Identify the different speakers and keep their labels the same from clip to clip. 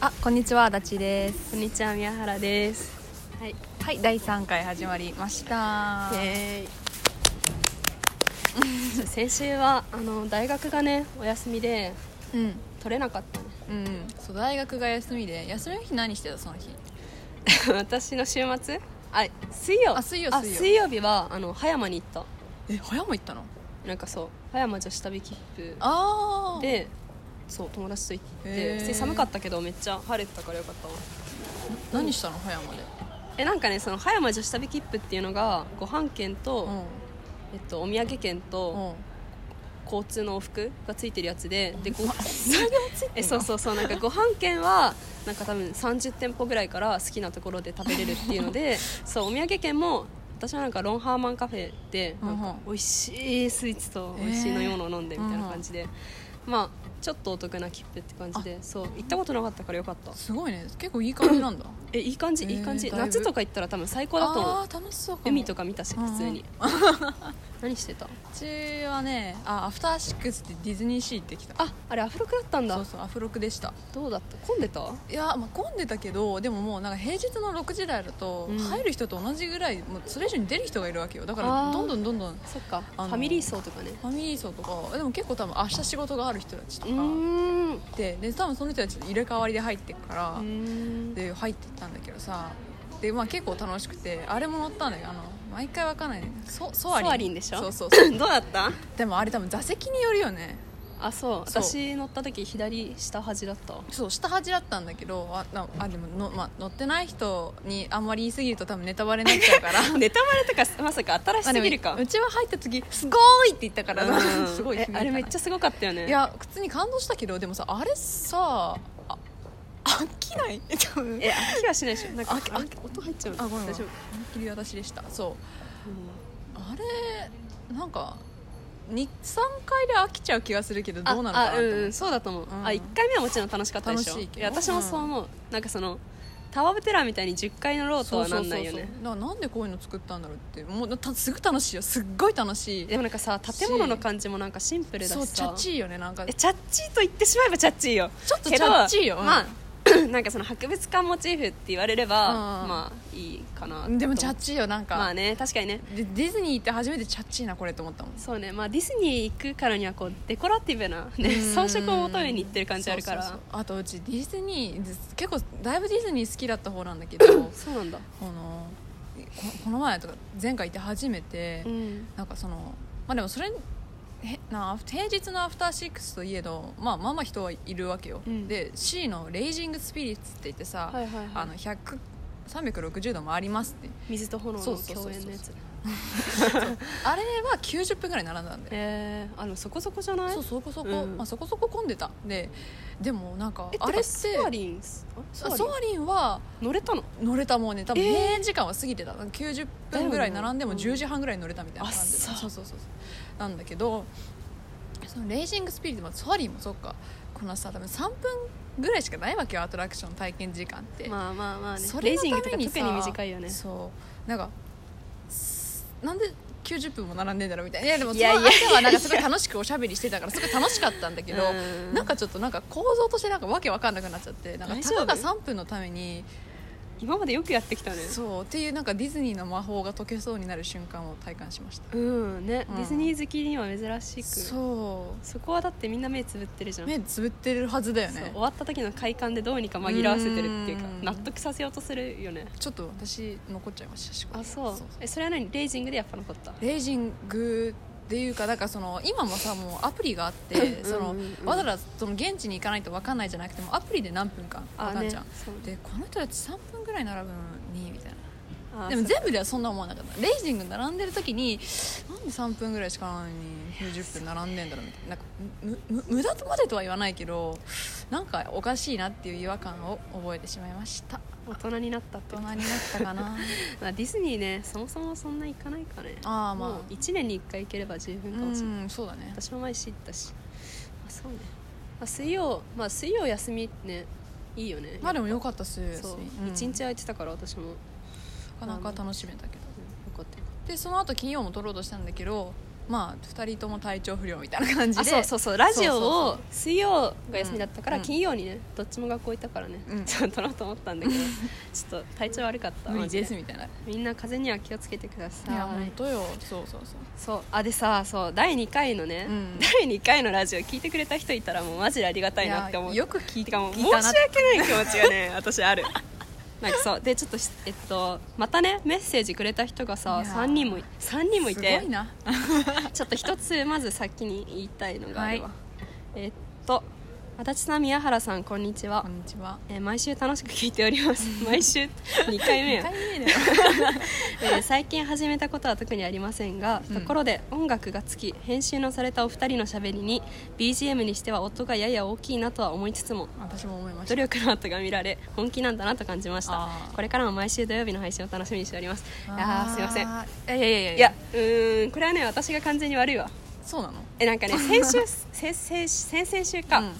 Speaker 1: あ、こんにちは、だちです。
Speaker 2: こんにちは宮原です。はい。
Speaker 1: はい、第三回始まりました。
Speaker 2: えー、 先週はあの大学がねお休みで
Speaker 1: うん、
Speaker 2: 取れなかったね。
Speaker 1: うん、そう、大学が休みで、休みの日何してた、その日。
Speaker 2: 私の週末あ水曜
Speaker 1: あ水曜
Speaker 2: あ
Speaker 1: 水曜
Speaker 2: 水曜日はあの葉山に行った
Speaker 1: え、葉山行ったの。
Speaker 2: なんかそう葉山女子旅切符
Speaker 1: ああ。、
Speaker 2: でそう友達と行っ
Speaker 1: へー
Speaker 2: てで寒かったけどめっちゃ晴れてたからよかったわ
Speaker 1: 何したの、葉山で。
Speaker 2: えなんかねその葉山女子旅切符っていうのがご飯券と、
Speaker 1: うん、
Speaker 2: えっと、お土産券と、
Speaker 1: うん、
Speaker 2: 交通の往復がついてるやつで でご
Speaker 1: んの
Speaker 2: えそうそうそうなんかご飯券はなんか多分30店舗ぐらいから好きなところで食べれるっていうの でそうお土産券も私はなんかロンハーマンカフェで
Speaker 1: うん
Speaker 2: な
Speaker 1: うんん
Speaker 2: か美味しいスイーツと美味しい飲み物を飲んでみたいな感じで、まあちょっとお得な切符って感じでそう行ったことなかったからよかった
Speaker 1: すごいね、結構いい感じなんだ。
Speaker 2: えいい感じいい感じ
Speaker 1: えーだいぶ
Speaker 2: 夏とか行ったら多分最高だと思
Speaker 1: あ
Speaker 2: う
Speaker 1: あー、楽しそうかも。
Speaker 2: 海とか見たし
Speaker 1: うんうん
Speaker 2: 普通に 何してた
Speaker 1: うちはね、あ、アフターシックスってディズニーシー行ってきた。
Speaker 2: ああれアフロクだったんだ
Speaker 1: そうそう、アフロクでした。
Speaker 2: どうだった混んでた
Speaker 1: いやまあ、混んでたけどでももうなんか平日の6時台だと
Speaker 2: うん
Speaker 1: 入る人と同じぐらい、もうそれ以上に出る人がいるわけよだから
Speaker 2: あー
Speaker 1: どんどんどんどんフ
Speaker 2: そっかフ
Speaker 1: あの
Speaker 2: ァミリー層とかね
Speaker 1: ァミリー層とかでも結構多分明日仕事がある人たちと
Speaker 2: う
Speaker 1: か
Speaker 2: ーん
Speaker 1: でで多分その人たち入れ替わりで入ってくから、
Speaker 2: うん
Speaker 1: で入ってったんだけどさで、まあ、結構楽しくてあれも乗ったんだよあの毎回わかんないねソソアリン
Speaker 2: ソアリンでしょ
Speaker 1: そうそうそう
Speaker 2: どうだった
Speaker 1: でもあれ多分座席によるよね
Speaker 2: あそう
Speaker 1: そう
Speaker 2: 私乗った時左下端だった
Speaker 1: そう下端だったんだけどあなあでもの、まあ、乗ってない人にあんまり言い過ぎると多分ネタバレになっちゃうから
Speaker 2: ネタバレとかまさか 新し
Speaker 1: あ
Speaker 2: す
Speaker 1: でも
Speaker 2: ぎるか
Speaker 1: うちは入った時すごいって言ったから、
Speaker 2: うん
Speaker 1: すごい
Speaker 2: えあれめっちゃ
Speaker 1: ゃ
Speaker 2: すごかったよね
Speaker 1: いや普通に感動したけどでもさあれさあ飽きない ちょっと
Speaker 2: え飽きはしないでしょなんか
Speaker 1: 飽き
Speaker 2: あ
Speaker 1: 飽き
Speaker 2: 音入っちゃう
Speaker 1: あごめん
Speaker 2: 大丈夫
Speaker 1: 思いっきり私でしたそうあれなんか23回で飽きちゃう気がするけどどうなのかなっ
Speaker 2: ああ
Speaker 1: て思
Speaker 2: うん
Speaker 1: う
Speaker 2: うんそうだと思う、
Speaker 1: うん
Speaker 2: あ1回目はもちろん楽しかったでしょ
Speaker 1: 楽しいけど
Speaker 2: や私もそう思う、なんかそのタワー・オブ・テラーみたいに10回乗ろうと
Speaker 1: そう
Speaker 2: は
Speaker 1: そ
Speaker 2: な
Speaker 1: うそうんそう
Speaker 2: ないよね
Speaker 1: だからなんでこういうの作ったんだろうってもうたすぐ楽しいよすっごい楽しい
Speaker 2: でもなんかさ建物の感じもなんかシンプルだしさ
Speaker 1: そうチャッチーよねなんか
Speaker 2: えチャッチーと言ってしまえばチャッチーよ
Speaker 1: ちょっと
Speaker 2: けど
Speaker 1: チャッチーようん
Speaker 2: まあ なんかその博物館モチーフって言われれば、
Speaker 1: うん
Speaker 2: まあいいかな
Speaker 1: でもチャッ
Speaker 2: チ
Speaker 1: チーよなんか、
Speaker 2: まあね確かにね
Speaker 1: でディズニー行って初めてチャッチーなこれと思ったもん
Speaker 2: そうねまあディズニー行くからにはこうデコラティブな、ね、
Speaker 1: うん
Speaker 2: 装飾を求めに行ってる感じあるから
Speaker 1: そう
Speaker 2: そ
Speaker 1: そううそうあとうちディズニー結構だいぶディズニー好きだった方なんだけ どこ
Speaker 2: なんだ
Speaker 1: のここの前とか前回行って初めて、
Speaker 2: うん
Speaker 1: なんかそのまあでもそれへな平日のアフターシックスといえど、まあ、まあまあ人はいるわけよ、
Speaker 2: うん
Speaker 1: で C の「レイジングスピリッツ」って言ってさ、
Speaker 2: はいはいはい
Speaker 1: あの100 360度回ります って
Speaker 2: 水と炎の
Speaker 1: そうそうそう
Speaker 2: 共
Speaker 1: そう
Speaker 2: 演のやつ
Speaker 1: あれは90分ぐらい並んだんだよ
Speaker 2: えー、あのそこそこじゃない
Speaker 1: そうそこそこ、
Speaker 2: うん
Speaker 1: まあ、そこそこ混んでたででもなんか
Speaker 2: え
Speaker 1: あれって
Speaker 2: てかソアリンス
Speaker 1: あ
Speaker 2: あソアリン
Speaker 1: ソアリンは
Speaker 2: 乗れたの
Speaker 1: 乗れたもんね多分
Speaker 2: えー
Speaker 1: 閉園時間は過ぎてた、90分ぐらい並んでも
Speaker 2: だよねうん
Speaker 1: 10時半ぐらいに乗れたみたいな感じ
Speaker 2: あっさ
Speaker 1: そうそうそうそうなんだけどそのレイジングスピリットもソアリンもそっかこのさ多分3分ぐらいしかないわけよアトラクション体験時間って、
Speaker 2: まあまあまあね
Speaker 1: そ
Speaker 2: レ
Speaker 1: れ
Speaker 2: イ
Speaker 1: の
Speaker 2: ジングと
Speaker 1: た
Speaker 2: か
Speaker 1: めに
Speaker 2: 特
Speaker 1: さ
Speaker 2: に短いよね
Speaker 1: そうなんかすなんで90分も並んでんだろうみたいないやでもそ
Speaker 2: い
Speaker 1: の
Speaker 2: やいや
Speaker 1: 相手はなんかすごい楽しくおしゃべりしてたからすごい楽しかったんだけど
Speaker 2: うん
Speaker 1: なんかちょっとなんか構造としてなんかわけわかんなくなっちゃってなんか
Speaker 2: 大
Speaker 1: た
Speaker 2: 丈夫
Speaker 1: かが3分のために
Speaker 2: 今までよくやってきたね
Speaker 1: そうっていうなんかディズニーの魔法が解けそうになる瞬間を体感しました
Speaker 2: うんね、
Speaker 1: うん
Speaker 2: ディズニー好きには珍しくそ
Speaker 1: そ
Speaker 2: こはだってみんな目つぶってるじゃ、
Speaker 1: うん目つぶってるはずだよ
Speaker 2: そう
Speaker 1: ね
Speaker 2: 終わった時の快感でどうにか紛らわせてるっていうか
Speaker 1: うん
Speaker 2: 納得させようとするよね
Speaker 1: ちょっと私残っちゃいましたし
Speaker 2: あそうえそれは何レイジングでやっぱ残った
Speaker 1: レイジングっていうかなんかその今もさもうアプリがあってその
Speaker 2: うんうんうん
Speaker 1: わざわざその現地に行かないと分かんないじゃなくてもアプリで何分か分かんじゃん、
Speaker 2: そう
Speaker 1: でこの人たち3分ぐらい並ぶのにみたい
Speaker 2: あ
Speaker 1: なでも全部ではそんな思わなかったレイジング並んでる時になんで3分ぐらいしかないのに90分並んでんだろうみたいななんかむむ無駄とまでとは言わないけどなんかおかしいなっていう違和感を覚えてしまいました
Speaker 2: 大人になったって
Speaker 1: 大
Speaker 2: こ
Speaker 1: 人
Speaker 2: と
Speaker 1: になったか な
Speaker 2: まあディズニーねそもそもそんな行かないかね
Speaker 1: ああまあ
Speaker 2: もう1年に1回行ければ十分かもしれない、
Speaker 1: うんそうだね
Speaker 2: 私も毎週行ったしあそうね、まあ、水曜まあ水曜休みねいいよね
Speaker 1: まあでもよかったっす
Speaker 2: そう
Speaker 1: うん
Speaker 2: 一日空いてたから私も、うん、よ
Speaker 1: なかなか楽しめたけど
Speaker 2: かったよ
Speaker 1: でその後金曜も撮ろうとしたんだけどまあ2人とも体調不良みたいな感じ
Speaker 2: あ
Speaker 1: で
Speaker 2: そうそうそうラジオ
Speaker 1: そうそう
Speaker 2: を水曜が休みだったから
Speaker 1: うん
Speaker 2: 金曜にねどっちも学校行ったからね、
Speaker 1: うん
Speaker 2: ちょっとなと思ったん だけどちょっと体調悪かった
Speaker 1: 無
Speaker 2: マ
Speaker 1: 理
Speaker 2: ジ
Speaker 1: で
Speaker 2: です
Speaker 1: みたいない
Speaker 2: みんな風邪には気をつけてください
Speaker 1: や本当よそうそうそう
Speaker 2: そうあでさそう第2回のね、
Speaker 1: うん
Speaker 2: 第2回のラジオ聞いてくれた人いたらもうマジでありがたいなって思う
Speaker 1: いやよく聞いて
Speaker 2: てかもう
Speaker 1: 聞
Speaker 2: 申
Speaker 1: い
Speaker 2: した
Speaker 1: な
Speaker 2: 訳ない気持ちがね私あるなんかそうでちょっとしえっとまたねメッセージくれた人がさ
Speaker 1: いやー
Speaker 2: 3人も三人もい
Speaker 1: す
Speaker 2: て
Speaker 1: ごいな
Speaker 2: ちょっと一つまず先に言いたいのがある
Speaker 1: は
Speaker 2: わ、えっと足立さん宮原さんこんにちは
Speaker 1: こん、にちは
Speaker 2: えー毎週楽しく聞いております 毎週2回目
Speaker 1: 2
Speaker 2: や
Speaker 1: 回目だよ
Speaker 2: えー最近始めたことは特にありませんが、
Speaker 1: うん
Speaker 2: ところで音楽がつき編集のされたお二人のしゃべりに BGM にしては音がやや大きいなとは思いつつ も
Speaker 1: 私も思いまし
Speaker 2: 努
Speaker 1: た
Speaker 2: 力の跡が見られ本気なんだなと感じまし
Speaker 1: あ
Speaker 2: た
Speaker 1: ー
Speaker 2: これからも毎週土曜日の配信を楽しみにしておりますあーすいません
Speaker 1: せんいやいやいや
Speaker 2: いやうーんこれはね私が完全に悪いわ
Speaker 1: そうなの
Speaker 2: えなんか ね先週先先先々週か、
Speaker 1: うん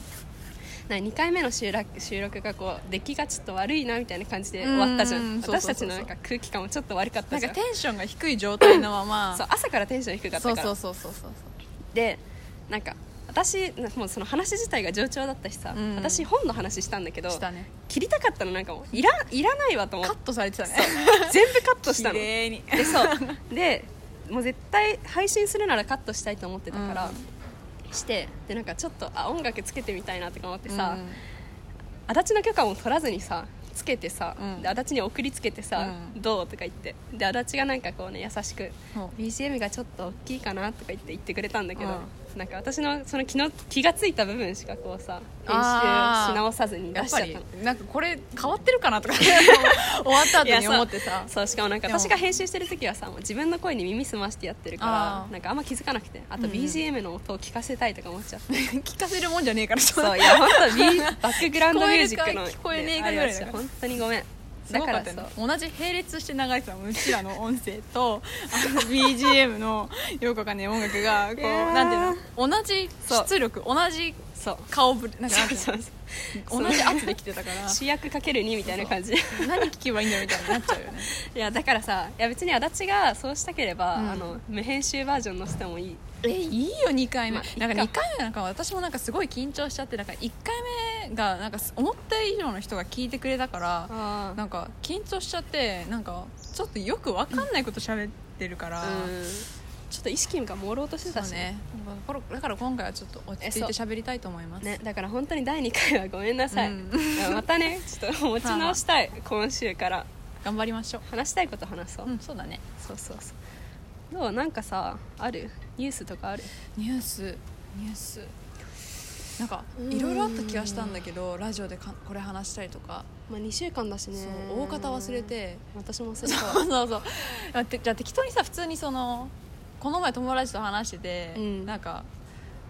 Speaker 2: なんか2回目の収録収録がこう出来がちょっと悪いなみたいな感じで終わったじゃん
Speaker 1: うんそうそう
Speaker 2: 私
Speaker 1: そうそう
Speaker 2: たちのなんか空気感もちょっと悪かっ
Speaker 1: な
Speaker 2: た
Speaker 1: ん
Speaker 2: じ
Speaker 1: か
Speaker 2: ゃん
Speaker 1: テンションが低い状態のまま
Speaker 2: そう朝からテンション低かったか
Speaker 1: そう
Speaker 2: ら
Speaker 1: そうそうそうそう
Speaker 2: でなんか私なもうその話自体が冗長だったしさ、
Speaker 1: うん
Speaker 2: 私本の話したんだけど
Speaker 1: したね
Speaker 2: 切りたかったのなんかもういらいらないわと思っ
Speaker 1: カ
Speaker 2: て
Speaker 1: ットされてたね
Speaker 2: 全部カットしたの
Speaker 1: 綺麗に
Speaker 2: で そうでもう絶対配信するならカットしたいと思ってたから、してでなんかちょっとあ音楽つけてみたいなとか思ってさ、
Speaker 1: うん
Speaker 2: 足立の許可も取らずにさつけてさ、
Speaker 1: うん
Speaker 2: で足立に送りつけてさ、
Speaker 1: うん
Speaker 2: どうとか言ってで足立がなんかこうね優しく
Speaker 1: そう
Speaker 2: BGM がちょっと大きいかなとか言って言ってくれたんだけど、
Speaker 1: う
Speaker 2: なんか私のその気の気がついた部分しかこうさ編
Speaker 1: あー
Speaker 2: 集し直さずに出
Speaker 1: やっ
Speaker 2: しちゃ
Speaker 1: ぱ
Speaker 2: った
Speaker 1: り
Speaker 2: の
Speaker 1: なんかこれ変わってるかなとか終わった後
Speaker 2: いや
Speaker 1: に
Speaker 2: そ う
Speaker 1: 思ってさ
Speaker 2: そうしかもなんか
Speaker 1: でも
Speaker 2: 私が編集してる時はさもう自分の声に耳澄ましてやってるか
Speaker 1: あ
Speaker 2: ら
Speaker 1: ー
Speaker 2: なんかあんま気づかなくてあと
Speaker 1: うんうん
Speaker 2: BGM の音を聞かせたいとか思っちゃって、
Speaker 1: 聞かせるもんじゃねえからちょっと
Speaker 2: そういや本 当 B バックグラウンドミュージックの
Speaker 1: 聞こえるか聞こえねえかぐらいだから
Speaker 2: あれは本当にごめん
Speaker 1: す
Speaker 2: だ
Speaker 1: ご
Speaker 2: か
Speaker 1: かっ
Speaker 2: ら
Speaker 1: た
Speaker 2: そう
Speaker 1: よね同じ並列して流れてたのうちらの音声とあ の BGM のよくわかんない音楽がこう
Speaker 2: いやー
Speaker 1: なんていうの同じ出力同じ
Speaker 2: そう
Speaker 1: 顔ぶれなんかなん
Speaker 2: そ
Speaker 1: ていう
Speaker 2: う
Speaker 1: の
Speaker 2: そうそう
Speaker 1: 同じ圧で来てたか ら
Speaker 2: 主役かける2みたいな感じ
Speaker 1: 何聞けばいいんだみたいになっちゃうよね
Speaker 2: いやだからさいや別に足立がそうしたければ、
Speaker 1: うん
Speaker 2: あの無編集バージョンのしてもいい
Speaker 1: えいいよ2回目、
Speaker 2: まあいいか
Speaker 1: なんか2回目なんか私もなんかすごい緊張しちゃってなんか1回目がなんか思った以上の人が聞いてくれたから
Speaker 2: あ
Speaker 1: なんか緊張しちゃってなんかちょっとよくわかんないこと喋ってるから、
Speaker 2: ちょっと意識が朦朧として
Speaker 1: そ
Speaker 2: た
Speaker 1: う
Speaker 2: し
Speaker 1: ねだからだから今回はちょっと落ち着いて
Speaker 2: えそ
Speaker 1: 喋りたいと思います、
Speaker 2: ねだから本当に第2回はごめんなさい、
Speaker 1: うん
Speaker 2: いやまたねちょっと持ち直したい今週から
Speaker 1: 頑張りましょ
Speaker 2: 話したいこと話そう、
Speaker 1: ううんそうだね
Speaker 2: そうそうそうどうなんかさあるニュースとかある
Speaker 1: ニュースニュースなんか
Speaker 2: うーん
Speaker 1: いろいろあった気がしたんだけどラジオでかこれ話したりとか、
Speaker 2: まあ2週間だしね
Speaker 1: そう大方忘れて
Speaker 2: 私も忘れたわ
Speaker 1: そうそう そう待ってじゃあ適当にさ普通にそのこの前友達と話してて、
Speaker 2: うん
Speaker 1: なんか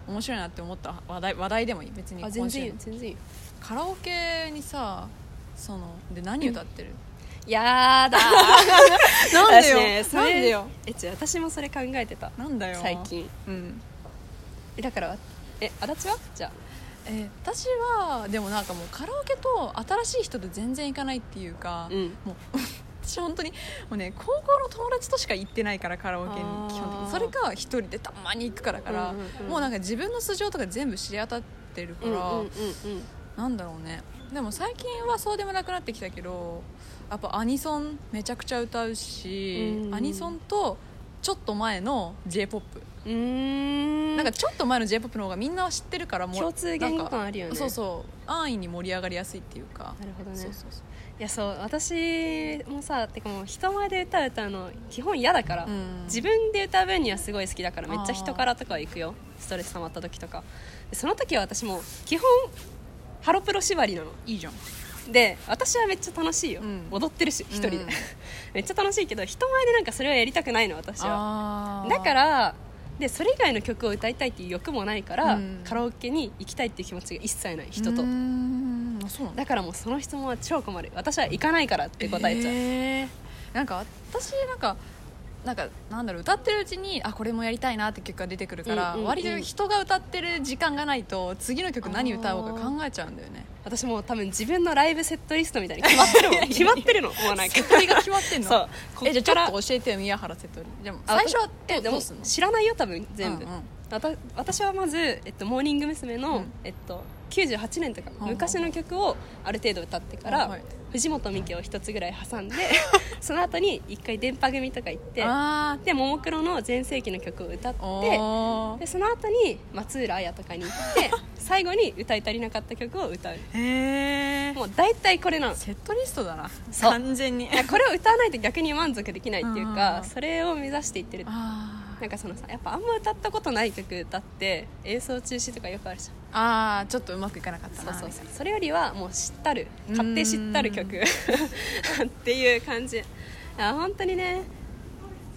Speaker 1: 面白いなって思った話題話題でもいい別に
Speaker 2: あ全
Speaker 1: 今週の
Speaker 2: 然いいよ全然いいよ
Speaker 1: カラオケにさそので何歌ってる、
Speaker 2: やーだ
Speaker 1: なんで
Speaker 2: 私
Speaker 1: よ、
Speaker 2: ねそれ
Speaker 1: なんでよ
Speaker 2: え違う私もそれ考えてた
Speaker 1: なんだよ
Speaker 2: 最近
Speaker 1: うん
Speaker 2: えだからえ足立はじゃあ
Speaker 1: え私はでもなんかもうカラオケと新しい人と全然行かないっていうか、
Speaker 2: うん
Speaker 1: もう 私本当にもうね高校の友達としか行ってないからカラオケに
Speaker 2: あー
Speaker 1: 基本的にそれか一人でたまに行くからから、
Speaker 2: うんうんうん
Speaker 1: もうなんか自分の素性とか全部知り当たってるか
Speaker 2: うんうん
Speaker 1: ら、
Speaker 2: うんうん
Speaker 1: なんだろうねでも最近はそうでもなくなってきたけどやっぱアニソンめちゃくちゃ歌うし、
Speaker 2: うん
Speaker 1: アニソンとちょっと前の j p o p
Speaker 2: うーん
Speaker 1: なんかちょっと前の j p o p の方がみんなは知ってるからも
Speaker 2: 共通言語感あるよね
Speaker 1: なんかそうそう安易に盛り上がりやすいっていうか
Speaker 2: なるほどね
Speaker 1: そうそうそう
Speaker 2: いやそう私もさてかもう人前で歌う歌うの基本嫌だから、
Speaker 1: うん
Speaker 2: 自分で歌う分にはすごい好きだからめっちゃ
Speaker 1: あー
Speaker 2: 人からとかは行くよストレス溜まった時とかでその時は私もう基本ハロプロ縛りなの
Speaker 1: いいじゃん
Speaker 2: で私はめっちゃ楽しいよ、
Speaker 1: うん
Speaker 2: 踊ってるし一人で、
Speaker 1: うん
Speaker 2: めっちゃ楽しいけど人前でなんかそれはやりたくないの私は
Speaker 1: あー
Speaker 2: だからでそれ以外の曲を歌いたいっていう欲もないから、
Speaker 1: うん
Speaker 2: カラオケに行きたいっていう気持ちが一切ない人と
Speaker 1: うーんあそうなんだ
Speaker 2: だからもうその質問は超困る私は行かないからって答えちゃう、
Speaker 1: えーなんか私なんかなんかなんだろう歌ってるうちにあこれもやりたいなって曲が出てくるから、
Speaker 2: うんうんうん
Speaker 1: 割と人が歌ってる時間がないと次の曲何歌おうか考えちゃうんだよね
Speaker 2: 私もう多分自分のライブセットリストみたいに決まっ てるもん決まってるのもうなんか
Speaker 1: 曲が決まってんの
Speaker 2: そうこ
Speaker 1: えじゃあち
Speaker 2: っから
Speaker 1: ょっと教えてよ宮原瀬戸りでも最初はど
Speaker 2: え
Speaker 1: う
Speaker 2: で
Speaker 1: ど
Speaker 2: も
Speaker 1: うすんの
Speaker 2: 知らないよ多分全部、
Speaker 1: うんうん
Speaker 2: わた私はまず、えっと、モーニング娘。の、
Speaker 1: うん
Speaker 2: えっと、98年とか
Speaker 1: んうん
Speaker 2: 昔の曲をある程度歌ってから、
Speaker 1: はい
Speaker 2: 藤本美貴を一つぐらい挟 んで その後に一回電波組とか行って
Speaker 1: あー
Speaker 2: でももクロの全盛期の曲を歌って
Speaker 1: おー
Speaker 2: でその後に松浦綾とかに行って 最後に歌い足りなかった曲を歌う
Speaker 1: へえ
Speaker 2: もう大体これなの
Speaker 1: セットリストだな
Speaker 2: そう
Speaker 1: 完全に
Speaker 2: いやこれを歌わないと逆に満足できないっていう
Speaker 1: うんうんう
Speaker 2: か
Speaker 1: ん
Speaker 2: それを目指していってる
Speaker 1: あー
Speaker 2: なんかそのさやっぱあんま歌ったことない曲歌って演奏中止とかよくあるじゃん
Speaker 1: あーちょっとうまくいかなかった
Speaker 2: そ
Speaker 1: な
Speaker 2: うそうそうそれよりはもう知ったる勝手知ったる曲
Speaker 1: う
Speaker 2: っていう感じあ本当にね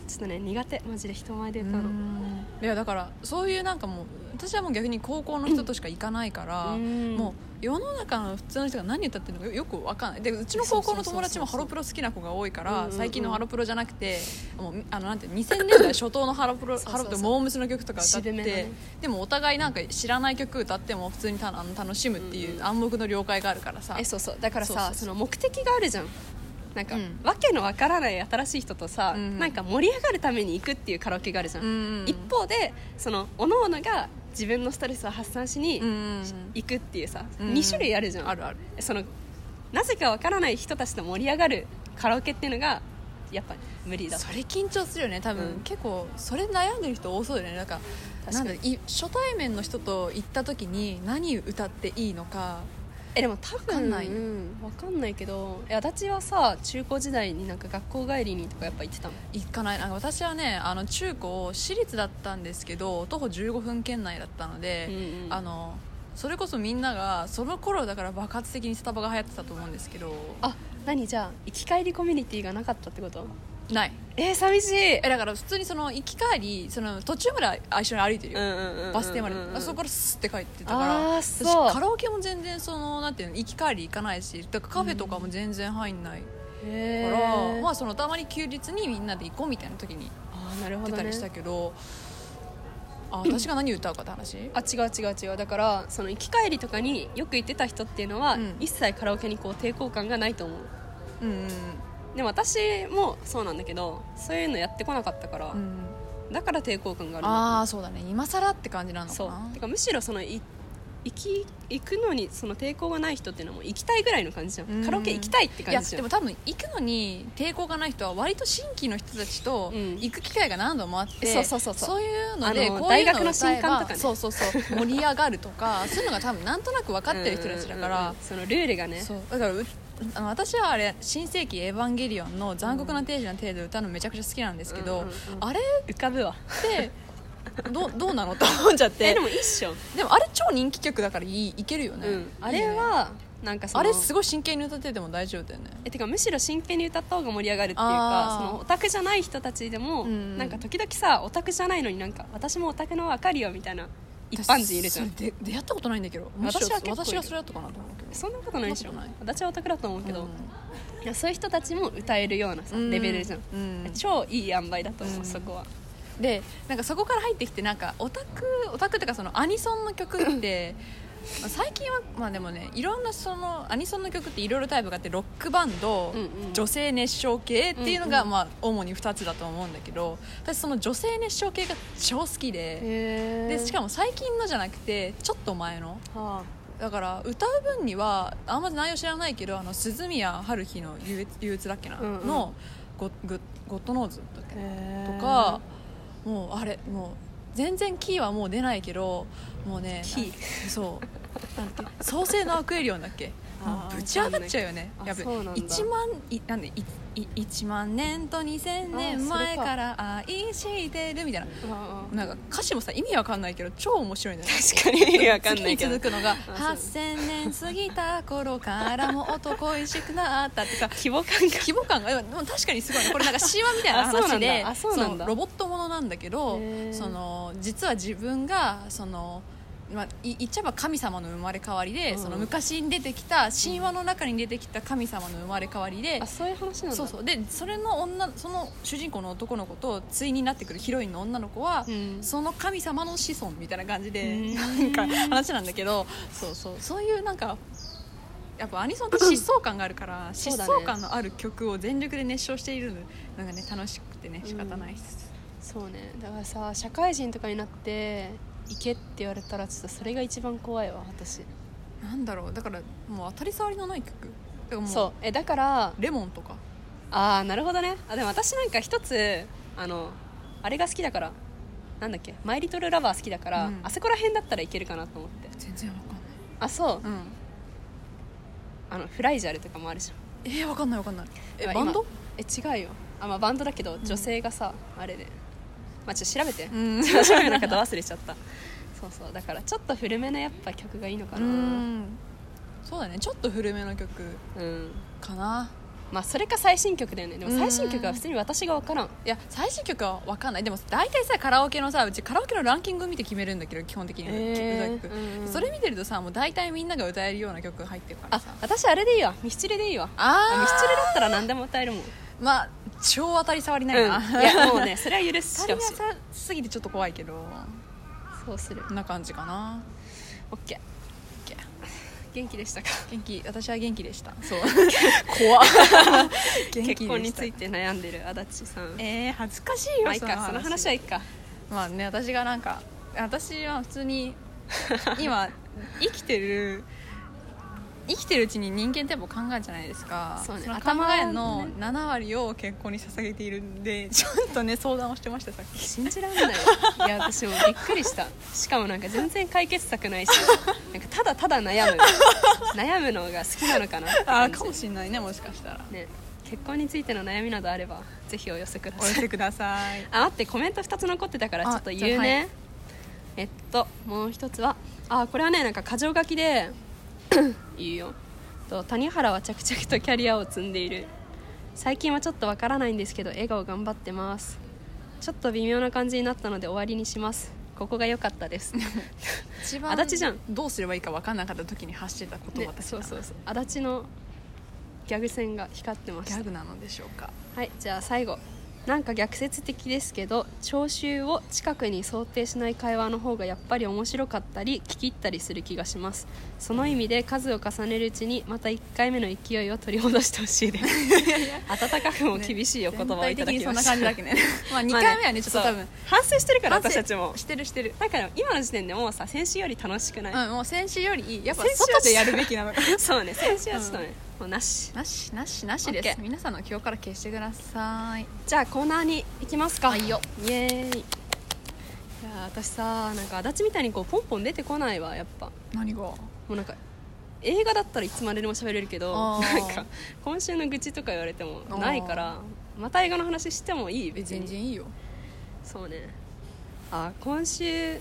Speaker 2: ちょっとね苦手マジで人前で
Speaker 1: う
Speaker 2: 歌うの
Speaker 1: んいやだからそういうなんかもう私はもう逆に高校の人としか行かないから
Speaker 2: うん
Speaker 1: もう世の中の普通の人が何歌ってるのかよく分かんないでうちの高校の友達もハロプロ好きな子が多いか
Speaker 2: うんう
Speaker 1: ら
Speaker 2: んうん
Speaker 1: 最近のハロプロじゃなくてもうあのなんて2000年代初頭のハロプロ
Speaker 2: そうそう
Speaker 1: ハロプロモームスの曲とか歌っ
Speaker 2: 渋めの
Speaker 1: て
Speaker 2: ね
Speaker 1: でもお互いなんか知らない曲歌っても普通にたあの楽しむっていう暗黙の了解があるからさ
Speaker 2: えそうそうだからさ
Speaker 1: そう
Speaker 2: そ
Speaker 1: そうそう
Speaker 2: の目的があるじゃんなんか、
Speaker 1: うん
Speaker 2: わけのわからない新しい人とさ、
Speaker 1: うん
Speaker 2: なんか盛り上がるために行くっていうカラオケがあるじゃん、
Speaker 1: うん
Speaker 2: 一方でその各々が自分のストレスを発散しに
Speaker 1: うんうん
Speaker 2: 行くっていうさ、
Speaker 1: うん
Speaker 2: 2種類あるじゃん
Speaker 1: あるある
Speaker 2: そのなぜかわからない人たちと盛り上がるカラオケっていうのがやっぱ無理だと
Speaker 1: それ緊張するよね多分、
Speaker 2: うん
Speaker 1: 結構それ悩んでる人多そうだよねなんか
Speaker 2: 確
Speaker 1: な
Speaker 2: か
Speaker 1: ん
Speaker 2: に
Speaker 1: だい初対面の人と行った時に何歌っていいのか
Speaker 2: えでも多分
Speaker 1: わかんない
Speaker 2: うんわかんないけどえ足立はさ中高時代になんか学校帰りにとかやっぱ行ってたの
Speaker 1: 行かないなんか私はねあの中高私立だったんですけど徒歩15分圏内だったので、
Speaker 2: うんうん
Speaker 1: あのそれこそみんながその頃だから爆発的にスタバが流行ってたと思うんですけど
Speaker 2: あ何じゃあ行き帰りコミュニティがなかったってこと
Speaker 1: ない
Speaker 2: えー、寂しい
Speaker 1: えだから普通にその行き帰りその途中までは一緒に歩いてるよ、バス停まで、あそこからスッて帰ってたから
Speaker 2: あーそう
Speaker 1: 私カラオケも全然そのなんていうの行き帰り行かないしだからカフェとかも全然入んないから、
Speaker 2: へー
Speaker 1: まあそのたまに休日にみんなで行こうみたいな時に
Speaker 2: あーなる
Speaker 1: 行っ
Speaker 2: ほ
Speaker 1: て
Speaker 2: ど、
Speaker 1: た
Speaker 2: ね
Speaker 1: り、したけどあ私が何歌うかって話
Speaker 2: あ違う違う違うだからその行き帰りとかによく行ってた人っていうのは、
Speaker 1: うん
Speaker 2: 一切カラオケにこう抵抗感がないと思う
Speaker 1: うんうん
Speaker 2: でも私もそうなんだけどそういうのやってこなかったから、
Speaker 1: うんうん
Speaker 2: だから抵抗感があるな
Speaker 1: ああそうだね今更って感じなのか
Speaker 2: そう
Speaker 1: な
Speaker 2: てかむしろそのい行き行くのにその抵抗がない人っていうのはもう行きたいぐらいの感じじゃん、
Speaker 1: うん
Speaker 2: カラオケ行きたいって
Speaker 1: いや
Speaker 2: 感じじゃ
Speaker 1: で
Speaker 2: ん
Speaker 1: も多分行くのに抵抗がない人は割と新規の人たちと
Speaker 2: うん
Speaker 1: 行く機会が何度もあって、
Speaker 2: えそうそうそうそう
Speaker 1: いうので
Speaker 2: あ
Speaker 1: こう
Speaker 2: の
Speaker 1: いう
Speaker 2: 大
Speaker 1: の
Speaker 2: 学の
Speaker 1: 歌え
Speaker 2: 新
Speaker 1: ば
Speaker 2: 刊とかね
Speaker 1: そうそうそう盛り上がると かそういうのが多分なんとなく分かってる人たちだか
Speaker 2: うんうんうん
Speaker 1: ら
Speaker 2: うん、そのルールがね
Speaker 1: そうだからうあの私はあれ「新世紀エヴァンゲリオン」の「残酷な天使の程度」歌うのめちゃくちゃ好きなんですけど、
Speaker 2: うんうんうん
Speaker 1: あれ
Speaker 2: 浮 かぶわ
Speaker 1: ってどうど うな のと思っちゃって
Speaker 2: えでも一緒、
Speaker 1: でもあれ超人気曲だからいいいけるよね、
Speaker 2: うん、あれはなんかその
Speaker 1: あれすごい真剣に歌ってても大丈夫だよね
Speaker 2: えてかむしろ真剣に歌った方が盛り上がるっていう
Speaker 1: あ
Speaker 2: か
Speaker 1: ー
Speaker 2: そのオタクじゃない人たちでも、
Speaker 1: うんうん
Speaker 2: なんか時々さオタクじゃないのになんか私もオタクのわかるよみたいな一般人いるじゃん
Speaker 1: 私それで出会ったことないんだけどむしろ
Speaker 2: 私は結構いる
Speaker 1: 私がそれだったかなと思うけど
Speaker 2: そんなことないでしょ
Speaker 1: そんなこと
Speaker 2: 私はオタクだと思うけど、
Speaker 1: う
Speaker 2: いやそういう人たちも歌えるようなさ
Speaker 1: ん
Speaker 2: レベルじゃん、
Speaker 1: うん
Speaker 2: 超いい塩梅だと思う、
Speaker 1: うん
Speaker 2: そこは
Speaker 1: でなんかそこから入ってきてなんかオタクオタクっていうかそのアニソンの曲 ってまあ最近はまあでもねいろんなそのアニソンの曲っていろいろタイプがあってロックバンド、
Speaker 2: うんうん
Speaker 1: 女性熱唱系っていうのが、
Speaker 2: うんうん
Speaker 1: まあ、主に2つだと思うんだけど私その女性熱唱系が超好きで
Speaker 2: へ
Speaker 1: でしか
Speaker 2: も、
Speaker 1: も最近のじゃなくてちょっと前の
Speaker 2: は
Speaker 1: だから歌う分にはあんまり内容知らないけどあの鈴宮春日の憂鬱憂鬱だっけな、
Speaker 2: うんうん
Speaker 1: のゴゴゴッドノーズだっけ
Speaker 2: あへ
Speaker 1: と
Speaker 2: ー
Speaker 1: かもうあれもう全然キーはもう出ないけどもうね
Speaker 2: キー
Speaker 1: なそうなんだっけ創世のアクエリオンだっけも
Speaker 2: あ
Speaker 1: う
Speaker 2: ー
Speaker 1: ぶち上がっちゃうよね
Speaker 2: わ
Speaker 1: や
Speaker 2: か
Speaker 1: べ
Speaker 2: んないあそうなんだ
Speaker 1: 1万いなんでいい1万年と2000年前から愛してるみたいな
Speaker 2: ああ
Speaker 1: なんか歌詞もさ意味わかんないけど超面白いんだよね
Speaker 2: 確かに意味わかんない け
Speaker 1: 次
Speaker 2: ど
Speaker 1: に続くのが
Speaker 2: そう
Speaker 1: 8000年過ぎた頃からも男恋しくなったってさ
Speaker 2: 規模感が
Speaker 1: 規模感がでも確かにすごいねこれなんか神話みたいな
Speaker 2: あそう
Speaker 1: 話
Speaker 2: なんだ
Speaker 1: で
Speaker 2: あそうなんだ
Speaker 1: ロボットものなんだけど
Speaker 2: へー
Speaker 1: その実は自分がそのまあ、い言っちゃえば神様の生まれ変わりで、
Speaker 2: うん
Speaker 1: その昔に出てきた神話の中に出てきた神様の生まれ変わりで
Speaker 2: あ、そういう話なんだ
Speaker 1: そうそうでそれの女その主人公の男の子と対になってくるヒロインの女の子は、
Speaker 2: うん
Speaker 1: その神様の子孫みたいな感じで、
Speaker 2: うん
Speaker 1: なんか話なんだけどそうそうそういうなんかやっぱアニソンって疾走感があるから、疾
Speaker 2: そうだね
Speaker 1: 走感のある曲を全力で熱唱しているのがね楽しくてね仕方ないです、
Speaker 2: そうねだからさ社会人とかになって行けって言われたらちょっとそれが一番怖いわ私
Speaker 1: なんだろうだからもう当たり障りのない曲だからもう
Speaker 2: そうえだから
Speaker 1: レモンとか
Speaker 2: ああなるほどねあでも私なんか一つあのあれが好きだからなんだっけ「マイ・リトル・ラバー」好きだから、
Speaker 1: うん
Speaker 2: あそこら辺だったらいけるかなと思って
Speaker 1: 全然わかんない
Speaker 2: あそう、
Speaker 1: うん
Speaker 2: あのフライジャルとかもあるじゃん
Speaker 1: えー、わかんないわかんないえ
Speaker 2: あ
Speaker 1: バンド
Speaker 2: 今え違うよあ、まあ、バンドだけど女性がさ、あれでまあちょっと調べて、
Speaker 1: ん
Speaker 2: 調べなかった忘れちゃったそうそうだからちょっと古めのやっぱ曲がいいのかな
Speaker 1: うんそうだねちょっと古めの曲
Speaker 2: うん
Speaker 1: かな
Speaker 2: まあそれか最新曲だよねでも
Speaker 1: うん
Speaker 2: 最新曲は普通に私が分からん
Speaker 1: いや最新曲は分かんないでも大体さカラオケのさうちカラオケのランキング見て決めるんだけど基本的には、
Speaker 2: へー
Speaker 1: 曲
Speaker 2: うん
Speaker 1: それ見てるとさもう大体みんなが歌えるような曲入ってるから
Speaker 2: あ
Speaker 1: さ
Speaker 2: 私あれでいいわミスチルでいいわ
Speaker 1: あー
Speaker 2: ミスチルだったら何でも歌えるもん、う
Speaker 1: まあ超当たり障り
Speaker 2: ん、い
Speaker 1: ないな、
Speaker 2: やもうねそれは許
Speaker 1: 当
Speaker 2: したて
Speaker 1: り
Speaker 2: ほ
Speaker 1: な
Speaker 2: しい
Speaker 1: さすぎてちょっと怖いけど
Speaker 2: そうする
Speaker 1: こんな感じかな
Speaker 2: OK 元気でしたか
Speaker 1: 元気私は元気でした そう怖
Speaker 2: 結婚について悩んでる足立さん
Speaker 1: えー、恥ずかしいよ
Speaker 2: まあいいかその話はいいか
Speaker 1: まあね私がなんか私は普通 に今生きてる生きてるうちに人間ってやっぱ考えるじゃないですか
Speaker 2: そうね
Speaker 1: の考
Speaker 2: 頭がね
Speaker 1: えの7割を結婚に捧げているん でちょっとね相談をしてましたさっき
Speaker 2: 信じら れないいや私もびっくりしたしかもなんか全然解決策ないしなんかただただ悩む悩むのが好きなのかなって
Speaker 1: あ
Speaker 2: 感
Speaker 1: あ
Speaker 2: じ
Speaker 1: かもしれないねもしかしたら
Speaker 2: ね結婚についての悩みなどあればぜひお寄せくだ
Speaker 1: お
Speaker 2: さ
Speaker 1: 寄
Speaker 2: い
Speaker 1: せください
Speaker 2: あ待ってコメント2つ残ってたからちょっと言う
Speaker 1: あじゃあ
Speaker 2: ね、
Speaker 1: はい
Speaker 2: えっともう一つはあこれはねなんか箇条書きで 言うよと谷原は着々とキャリアを積んでいる最近はちょっとわからないんですけど笑顔頑張ってますちょっと微妙な感じになったので終わりにしますここが良かった です、ね、
Speaker 1: 一番
Speaker 2: 足立じゃん
Speaker 1: どうすればいいか分かんなかった時に発してたこと私
Speaker 2: そうそううそう足立のギャグ線が光ってまし
Speaker 1: ギ
Speaker 2: た
Speaker 1: ャグなのでしょうか
Speaker 2: はいじゃあ最後なんか逆説的ですけど聴衆を近くに想定しない会話の方がやっぱり面白かったり聞き入ったりする気がしますその意味で数を重ねるうちにまた1回目の勢いを取り戻してほ しいです温かくも厳しいお言葉をいただ
Speaker 1: 全体的
Speaker 2: きました
Speaker 1: にそんな感じだっけねまあ2
Speaker 2: まあね
Speaker 1: 回目はねちょっと多
Speaker 2: そ
Speaker 1: 分
Speaker 2: う反省してるから
Speaker 1: 反省
Speaker 2: 私たちも
Speaker 1: してるしてる
Speaker 2: なんかでも今の時点でもうさ先週より楽しくない、
Speaker 1: うんもう先週よりいいやっぱ
Speaker 2: 先週は
Speaker 1: 外でやるべき なのか
Speaker 2: そうね先週はちょっとね、もうなし
Speaker 1: なしなしなしです、
Speaker 2: オッケー
Speaker 1: 皆さんの記憶から消してください
Speaker 2: じゃあコーナーに行きますか
Speaker 1: はいよ
Speaker 2: イエーイいや私さなんか足立みたいにこうポンポン出てこないわやっぱも
Speaker 1: 何が
Speaker 2: うなんか映画だったらいつまででも喋れるけど
Speaker 1: あ
Speaker 2: なん
Speaker 1: ー
Speaker 2: か今週の愚痴とか言われても
Speaker 1: あー
Speaker 2: ないからまた映画の話してもいい別
Speaker 1: 全
Speaker 2: に
Speaker 1: 然いいよ
Speaker 2: そうねあ今週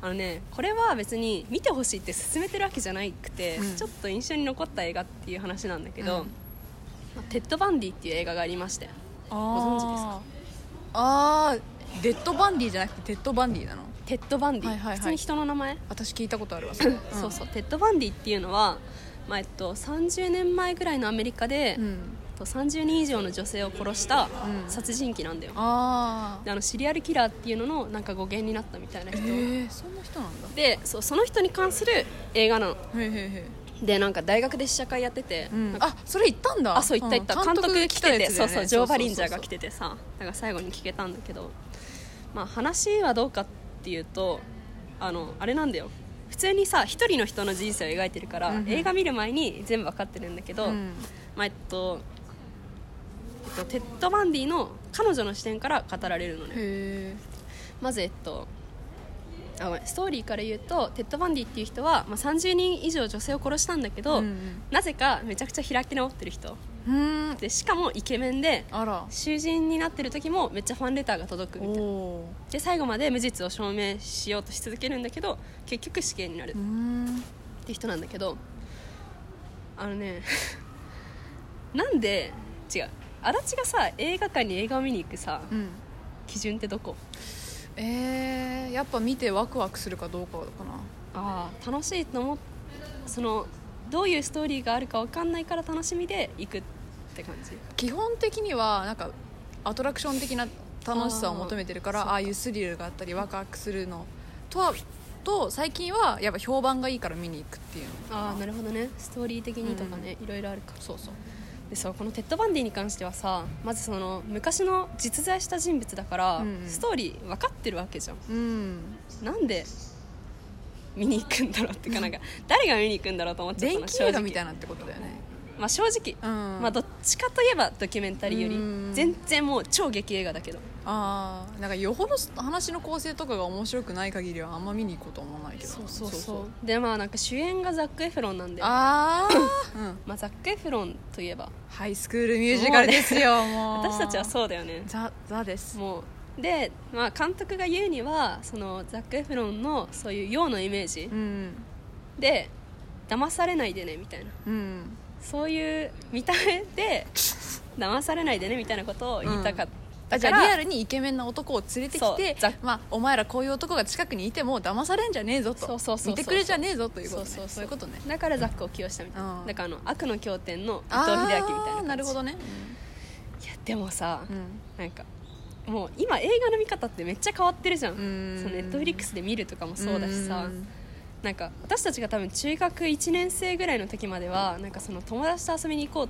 Speaker 2: あのねこれは別に見てほしいって勧めてるわけじゃなくて、
Speaker 1: うん
Speaker 2: ちょっと印象に残った映画っていう話なんだけ
Speaker 1: う
Speaker 2: ど、
Speaker 1: ん
Speaker 2: まあテッド・バンディっていう映画がありまして
Speaker 1: ご
Speaker 2: 存知ですか
Speaker 1: あーデッドバンディじゃなくてデッドバンディなの
Speaker 2: テッド・バンディ、
Speaker 1: はいはいはい
Speaker 2: 普通に人の名前
Speaker 1: 私聞いたことあるわそれ、
Speaker 2: そうそうテッド・バンディっていうのは、まあえっと、30年前ぐらいのアメリカで、
Speaker 1: うん、う
Speaker 2: えっ
Speaker 1: ん、
Speaker 2: と30人以上の女性を殺した
Speaker 1: うん
Speaker 2: 殺人鬼なんだよ、
Speaker 1: あ
Speaker 2: であのシリアルキラーっていうののなんか語源になったみたいな
Speaker 1: え
Speaker 2: 人、
Speaker 1: ー、そんな人なんだ
Speaker 2: でそうその人に関する映画なの
Speaker 1: へえへえへ
Speaker 2: でなんか大学で試写会やって
Speaker 1: え、
Speaker 2: て、
Speaker 1: う
Speaker 2: なん
Speaker 1: ん、
Speaker 2: か
Speaker 1: あそれ行ったんだ
Speaker 2: あそう行った行った、
Speaker 1: うん
Speaker 2: 監督来てて、
Speaker 1: やつだよ
Speaker 2: そう
Speaker 1: ね
Speaker 2: そうジョー・バリンジャーが来
Speaker 1: て
Speaker 2: ててさだから最後に聞けたんだけど、まあ、話はどうかっていうとあのあれなんだよ普通にさ一人の人の人生を描いてるから、
Speaker 1: うんうん
Speaker 2: 映画見る前に全部わかってるんだけど、
Speaker 1: うん
Speaker 2: まあえっと、えっと、テッド・バンディの彼女の視点から語られるのね
Speaker 1: へ
Speaker 2: まずえっとあごめんストーリーから言うとテッド・バンディっていう人は、まあ、30人以上女性を殺したんだけ
Speaker 1: え
Speaker 2: ど、
Speaker 1: うんうん
Speaker 2: なぜかめちゃくちゃ開き直ってる人
Speaker 1: うーん
Speaker 2: でしかもイケメンで
Speaker 1: あら
Speaker 2: 囚人になってる時もめっちゃファンレターが届く
Speaker 1: お
Speaker 2: みたいな
Speaker 1: お
Speaker 2: で最後まで無実を証明しようとし続けるんだけど結局死刑になる
Speaker 1: ーうーん
Speaker 2: って人なんだけどあのね なんで違う足立がさ映画館に映画を見に行くさ
Speaker 1: うん
Speaker 2: 基準ってどこ
Speaker 1: えー、やっぱ見てワクワクするかどうかかな
Speaker 2: ああ楽しいと思っそのどういうストーリーがあるか分かんないから楽しみで行くって感じ
Speaker 1: 基本的にはなんかアトラクション的な楽しさを求めてるから
Speaker 2: あー
Speaker 1: ああいうスリルがあったりワクワクするのとはと最近はやっぱ評判がいいから見に行くっていうの
Speaker 2: ああな
Speaker 1: る
Speaker 2: るほどねストーリー的にとかね、いろいろあるか
Speaker 1: そうそう
Speaker 2: でさこのテッド・バンディに関してはさまずその昔の実在した人物だから、
Speaker 1: うんうん
Speaker 2: ストーリー分かってるわけじゃん
Speaker 1: うん
Speaker 2: なんで見に行くんだろうっていうかなんか誰が見に行くんだろうと思っちゃった
Speaker 1: 電
Speaker 2: の
Speaker 1: 気映画み
Speaker 2: 正
Speaker 1: たい
Speaker 2: 直
Speaker 1: なってことだよね
Speaker 2: まあ正直、
Speaker 1: うん
Speaker 2: まあどっちかといえばドキュメンタリーよ
Speaker 1: うん
Speaker 2: り全然もう超激映画だけど
Speaker 1: ああなんかよほど話の構成とかが面白くない限りはあんま見に行こうと思わないけど
Speaker 2: でまあなんか主演がザック・エフロンなんで
Speaker 1: ああ、うん、
Speaker 2: まあ、ザック・エフロンといえば
Speaker 1: ハイスクールミュージカルですよもう
Speaker 2: 私たちはそうだよね
Speaker 1: ザ・ザです
Speaker 2: もうで、まあ、監督が言うにはそのザック・エフロンのそういう陽のイメージ
Speaker 1: うん
Speaker 2: で騙されないでねみたいな
Speaker 1: うん
Speaker 2: そういう見た目で 騙されないでねみたいなことを言いたかっ
Speaker 1: あ
Speaker 2: た
Speaker 1: じ
Speaker 2: か
Speaker 1: ゃ
Speaker 2: ら、
Speaker 1: あリアルにイケメンな男を連れてきて
Speaker 2: そうざっ、
Speaker 1: まあ、お前らこういう男が近くにいても騙されんじゃねえぞと
Speaker 2: そうそうそうそう
Speaker 1: 見てくれじゃねえぞということね
Speaker 2: そうそうそう
Speaker 1: いうことね
Speaker 2: だからザックを起用したみたいな、
Speaker 1: うん
Speaker 2: だからあの悪の経典の伊
Speaker 1: あ
Speaker 2: 藤
Speaker 1: ー
Speaker 2: 英明みたいな感じ
Speaker 1: なるほど
Speaker 2: い
Speaker 1: ね
Speaker 2: やでもさ、
Speaker 1: うん
Speaker 2: なんかもう今映画の見方ってめっちゃ変わってるじゃん
Speaker 1: うーん
Speaker 2: そのネットフリックスで見るとかもそうだしさ、
Speaker 1: うん
Speaker 2: なんか私たちが多分中学1年生ぐらいの時まではなんかその友達と遊びに行こう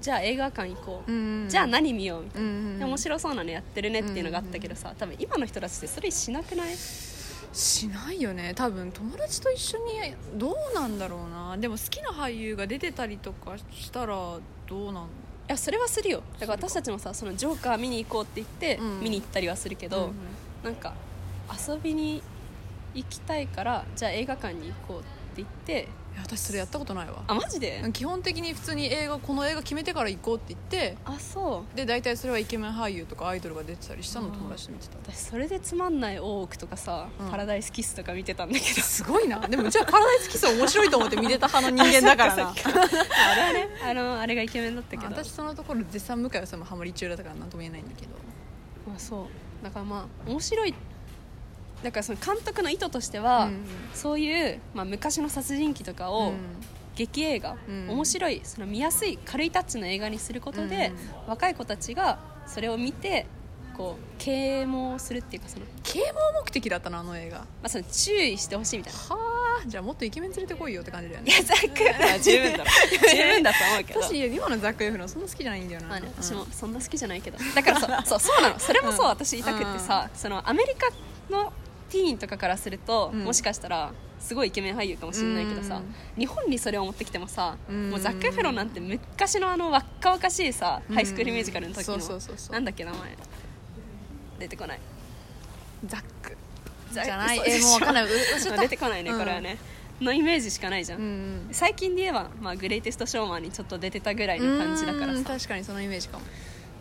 Speaker 2: じゃあ映画館行こう、
Speaker 1: うん
Speaker 2: じゃあ何見ようみたい
Speaker 1: うんうん
Speaker 2: な、で面白そうなのやってるねっていうのがあったけどさ、多分今の人たちってそれしなくない
Speaker 1: しないよね多分友達と一緒にどうなんだろうなでも好きな俳優が出てたりとかしたらどうなん
Speaker 2: いやそれはするよだから私たちもさそのジョーカー見に行こうって言って
Speaker 1: うん
Speaker 2: 見に行ったりはするけど、
Speaker 1: うん
Speaker 2: なんか遊びに行きたいからじゃあ映画館に行こうって言って
Speaker 1: いや私それやったことないわ
Speaker 2: あマジで、
Speaker 1: 基本的に普通に映画この映画決めてから行こうって言って
Speaker 2: あそう
Speaker 1: で大体それはイケメン俳優とかアイドルが出てたりしたのを友達と見てた
Speaker 2: 私それでつまんない大奥とかさ、
Speaker 1: うん
Speaker 2: パラダイスキスとか見てたんだけど
Speaker 1: すごいなでもうちはパラダイスキス面白いと思って見てた派 の人間だからな
Speaker 2: あれはねあのあれがイケメンだったけど
Speaker 1: 私そのところ絶賛向井さんもハマり中だったから何とも言えないんだけど
Speaker 2: まあ、そうだからまあ面白いだからその監督の意図としては、
Speaker 1: うん
Speaker 2: そういう、まあ、昔の殺人鬼とかを、劇映画、
Speaker 1: うん
Speaker 2: 面白いその見やすい軽いタッチの映画にすることで、
Speaker 1: う
Speaker 2: 若い子たちがそれを見てこう啓蒙するっていうかその、ま
Speaker 1: 啓蒙目的だったなあの映画
Speaker 2: あ、その注意してほしいみたいな。
Speaker 1: はあじゃあもっとイケメン連れてこいよって感じだよ
Speaker 2: い
Speaker 1: ね
Speaker 2: やザックは十分だろ十分だと思う けど
Speaker 1: 私今のザックエフロンそんな好きじゃないんだよな、
Speaker 2: まあね、
Speaker 1: うん
Speaker 2: 私もそんな好きじゃないけど だからさそうそうなのそれもそう
Speaker 1: うん
Speaker 2: 私言いたくってさ、そのアメリカのティーンとかからすると、
Speaker 1: うん
Speaker 2: もしかしたらすごいイケメン俳優かもしれないけどさ、
Speaker 1: うん
Speaker 2: 日本にそれを持ってきてもさ、
Speaker 1: うん
Speaker 2: もうザック・エフロンなんて昔のあの若々しいさ、
Speaker 1: うん
Speaker 2: ハイスクールミュージカルの時の、
Speaker 1: そうそうそうそう
Speaker 2: なんだっけ名前出てこない
Speaker 1: ザック
Speaker 2: ザック
Speaker 1: じゃない
Speaker 2: そうで
Speaker 1: え
Speaker 2: しょ
Speaker 1: もう分かん ない忘れた
Speaker 2: 出てこないね、これはねのイメージしかないじゃん、
Speaker 1: うんうん
Speaker 2: 最近で言えば、まあ、グレイテストショーマンにちょっと出てたぐらいの感じだから
Speaker 1: う
Speaker 2: さ
Speaker 1: ん確かにそのイメージかも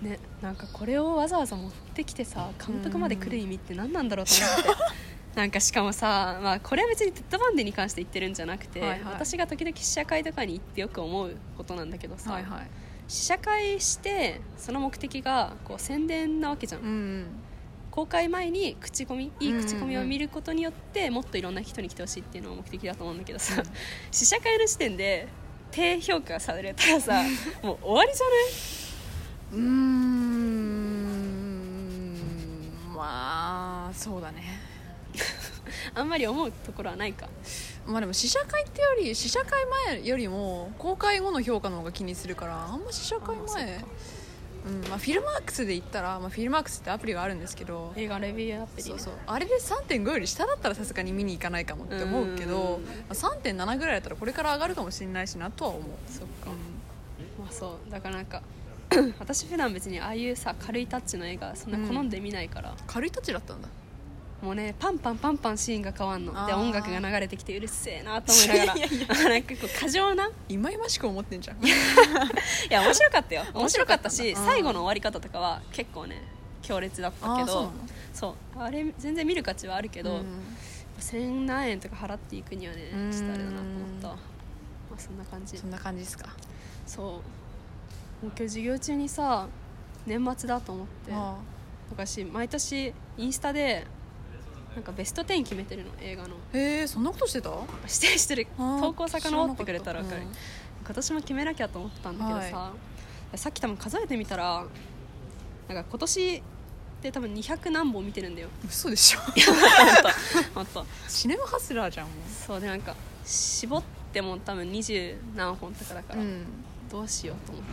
Speaker 2: ね、なんかこれをわざわざ持ってきてさ監督まで来る意味って何なんだろうと思って なんかしかもさ、まあ、これは別にテッドバンデに関して言ってるんじゃなくて、
Speaker 1: はいはい
Speaker 2: 私が時々試写会とかに行ってよく思うことなんだけどさ、
Speaker 1: はいはい
Speaker 2: 試写会してその目的がこう宣伝なわけじゃん、
Speaker 1: うんうん
Speaker 2: 公開前に口コミいい口コミ
Speaker 1: うんうん
Speaker 2: を
Speaker 1: うん
Speaker 2: 見ることによってもっといろんな人に来てほしいっていうのが目的だと思うんだけどさ、試写会の時点で低評価されたらさもう終わりじ
Speaker 1: ー
Speaker 2: ゃないう
Speaker 1: んまあそうだね
Speaker 2: あんまり思うところはないか
Speaker 1: まあでも試写会ってより試写会前よりも公開後の評価の方が気にするからあんま試写会
Speaker 2: あそっ
Speaker 1: 前
Speaker 2: か
Speaker 1: うんまあ、フィルマークスで言ったら、まあ、フィルマークスってアプリがあるんですけど
Speaker 2: 映画レビューアプリ
Speaker 1: そうそうあれで3.5より下だったらさすがに見に行かないかもって思うけど、
Speaker 2: うん
Speaker 1: まあ、3.7ぐらいだったらこれから上がるかもしれないしなとは思う
Speaker 2: そっか
Speaker 1: う
Speaker 2: まあそうだからな んか私普段別にああいうさ軽いタッチの映画そんな好んで見ないから、
Speaker 1: ん軽いタッチだったんだ
Speaker 2: もうねパンパンパンパンシーンが変わんので
Speaker 1: あー
Speaker 2: 音楽が流れてきてうるせえなと思いながらなんかこう過剰ない
Speaker 1: 今々しく思ってんじゃん
Speaker 2: や面白かったよ 面白かった
Speaker 1: 面
Speaker 2: し
Speaker 1: 白かったんだうん
Speaker 2: 最後の終わり方とかは結構ね強烈だったけ
Speaker 1: あーそうな
Speaker 2: ど
Speaker 1: の
Speaker 2: そうあれ全然見る価値はあるけ
Speaker 1: う
Speaker 2: ど、
Speaker 1: ん
Speaker 2: 千何円とか払っていくにはね
Speaker 1: うん
Speaker 2: ちょっとあれだなと思ったわまあそんな感じ
Speaker 1: そんな感じですか
Speaker 2: そうもう今日授業中にさ年末だと思って
Speaker 1: ああ
Speaker 2: 私毎年インスタでなんかベスト10決めてるの映画の
Speaker 1: へえそんなことしてた
Speaker 2: してるしてる
Speaker 1: あー
Speaker 2: 投稿遡ってくれたら分かる
Speaker 1: 知らなかっ
Speaker 2: 今年も決めなきゃと思ったんだけどさ、さっき多分数えてみたらなんか今年で多分200何本見てる んだよ
Speaker 1: 嘘でしょ
Speaker 2: もっと
Speaker 1: シネマハスラーじゃんも
Speaker 2: そうでなんか絞っても多分20何本とかだか
Speaker 1: う、
Speaker 2: ら、
Speaker 1: ん、やっ
Speaker 2: どうしようと思って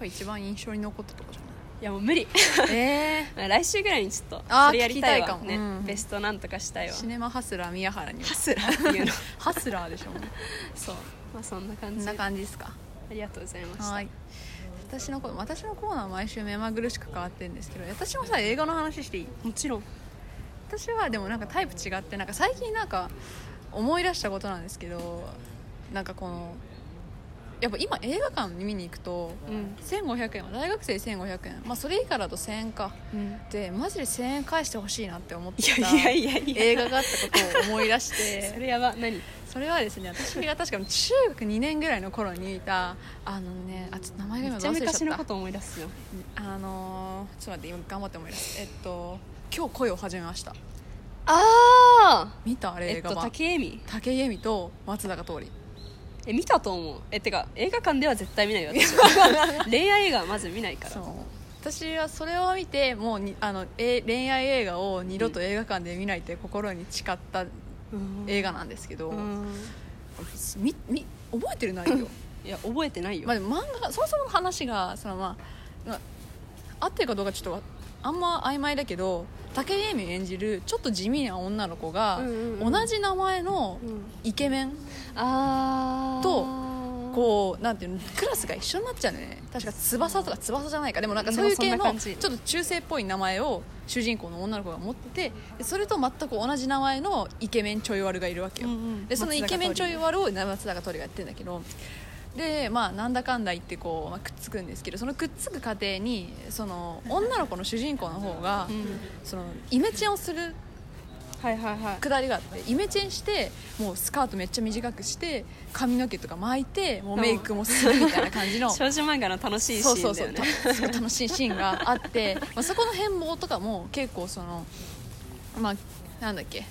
Speaker 1: ぱ一番印象に残ったとかじゃ
Speaker 2: いやもう無理
Speaker 1: ないえ
Speaker 2: 来週ぐらいにちょっと
Speaker 1: あー
Speaker 2: それやりたいわ
Speaker 1: 聞きたいかも
Speaker 2: ね
Speaker 1: うん
Speaker 2: ベストなんとかしたいわ
Speaker 1: シネマハスラー宮原に
Speaker 2: ハスラーっていうの
Speaker 1: ハスラーでしょもう
Speaker 2: そうまあそんな
Speaker 1: こ
Speaker 2: 感
Speaker 1: ん
Speaker 2: じ
Speaker 1: な感じですか
Speaker 2: ありがとうございました
Speaker 1: はい私のコーナー私のコーナーは毎週目まぐるしく変わってるんですけど私もさ映画の話していい
Speaker 2: もちろん
Speaker 1: 私はでもなんかタイプ違ってなんか最近なんか思い出したことなんですけどなんかこのやっぱ今映画館に見に行くと
Speaker 2: うん
Speaker 1: 1500円は大学生1500円まあそれ以下だと1000円か
Speaker 2: うん
Speaker 1: でマジで1000円返してほしいなって思って
Speaker 2: い
Speaker 1: た
Speaker 2: やいやいやいや
Speaker 1: 映画があったことを思い出し
Speaker 2: そ
Speaker 1: て
Speaker 2: れやば何
Speaker 1: それはですね私が確かに中学2年ぐらいの頃にいたあのねあちょっと名前が
Speaker 2: め
Speaker 1: 今
Speaker 2: っちゃ
Speaker 1: 忘れちゃった
Speaker 2: 昔のこと思い出すよ
Speaker 1: あのーちょっと待って今頑張って思い出すえっと今日恋を始めました
Speaker 2: ああ
Speaker 1: 見たあれ
Speaker 2: え
Speaker 1: 映
Speaker 2: っ
Speaker 1: 画
Speaker 2: と
Speaker 1: 版、
Speaker 2: 竹恵美
Speaker 1: 竹井絵美と松坂桃李
Speaker 2: え見たと思うえてか映画館では絶対見な いよ私恋愛映画はまず見ないから
Speaker 1: そう私はそれを見てもうにあのえ恋愛映画を二度と映画館で見ないって心に誓った
Speaker 2: うん
Speaker 1: 映画なんですけど、
Speaker 2: うん
Speaker 1: みみ覚えてる内 容
Speaker 2: いや覚えてないよ、
Speaker 1: まあでも漫画そもそもの話がそのまあ、まあ、合ってるかどうかちょっとわあんま曖昧だけど武井絵美演じるちょっと地味な女の子が、
Speaker 2: うんうんうん
Speaker 1: 同じ名前の
Speaker 2: うん
Speaker 1: イケメン
Speaker 2: あー
Speaker 1: とこうなんていうのクラスが一緒になっちゃうんだよね確か翼とか翼じゃないかでもなんかそういう系
Speaker 2: でもそん
Speaker 1: の
Speaker 2: な感
Speaker 1: ちょ
Speaker 2: じ
Speaker 1: っと中性っぽい名前を主人公の女の子が持っててでそれと全く同じ名前のイケメンちょい悪がいるわけよ、
Speaker 2: うんうん
Speaker 1: でそのイケメンちょい
Speaker 2: 松
Speaker 1: 悪を松坂桃李がやってるんだけどでまあなんだかんだ言ってこう、まあ、くっつくんですけどそのくっつく過程にその女の子の主人公の方が、
Speaker 2: うん
Speaker 1: そのイメチェンをする
Speaker 2: はいはいはい
Speaker 1: くだりがあってイメチェンしてもうスカートめっちゃ短くして髪の毛とか巻いてもうメイクもするみたいな感じ の
Speaker 2: 少女漫画の楽しいシ
Speaker 1: そうそ
Speaker 2: ーン
Speaker 1: う
Speaker 2: だ
Speaker 1: そう
Speaker 2: よね
Speaker 1: たすごい楽しいシーンがあって、まあ、そこの変貌とかも結構そのまあなんだっけ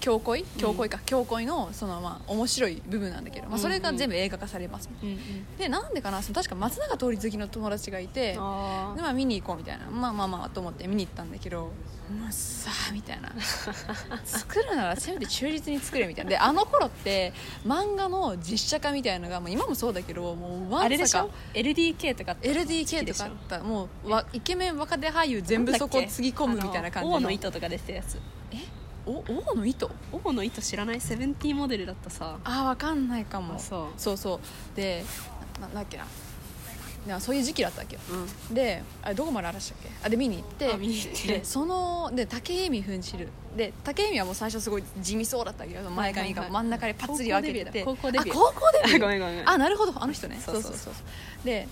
Speaker 1: 教恋教恋か、教恋のそのまあ面白い部分なんだけど、まあ、それが全部映画化されます、
Speaker 2: うんうん
Speaker 1: でなんでかなその確か松永通り好きの友達がいて
Speaker 2: あ
Speaker 1: でまあ見に行こうみたいなまあまあまあと思って見に行ったんだけどもうさあみたいな作るならせめて忠実に作れみたいなであの頃って漫画の実写化みたいなのが、まあ、今もそうだけどもう
Speaker 2: ー
Speaker 1: わ
Speaker 2: あ
Speaker 1: ん
Speaker 2: れでし
Speaker 1: さか
Speaker 2: ょ LDK とかって
Speaker 1: LDK とかあったもうわイケメン若手俳優全部そこつぎ込むみたいな感じ
Speaker 2: の
Speaker 1: の
Speaker 2: 王の糸とか出てたやつ
Speaker 1: お王の糸
Speaker 2: 王の糸知らないセブンティーンモデルだったさ
Speaker 1: あーわかんないかも
Speaker 2: あそう
Speaker 1: そうそうでななんだっけななそういう時期だったわけよ
Speaker 2: う
Speaker 1: であれどこまで話したっけあで見に行って
Speaker 2: あ見に行って
Speaker 1: でそので竹井美ふん知るで竹井美はもう最初すごい地味そうだったけど前髪が
Speaker 2: はいはい
Speaker 1: 真ん中でパッツリ分けてて
Speaker 2: 高校デビューだ
Speaker 1: あ高校デビュー
Speaker 2: あごめんごめんごめん
Speaker 1: あなるほどあの人ね
Speaker 2: そうそうそう
Speaker 1: で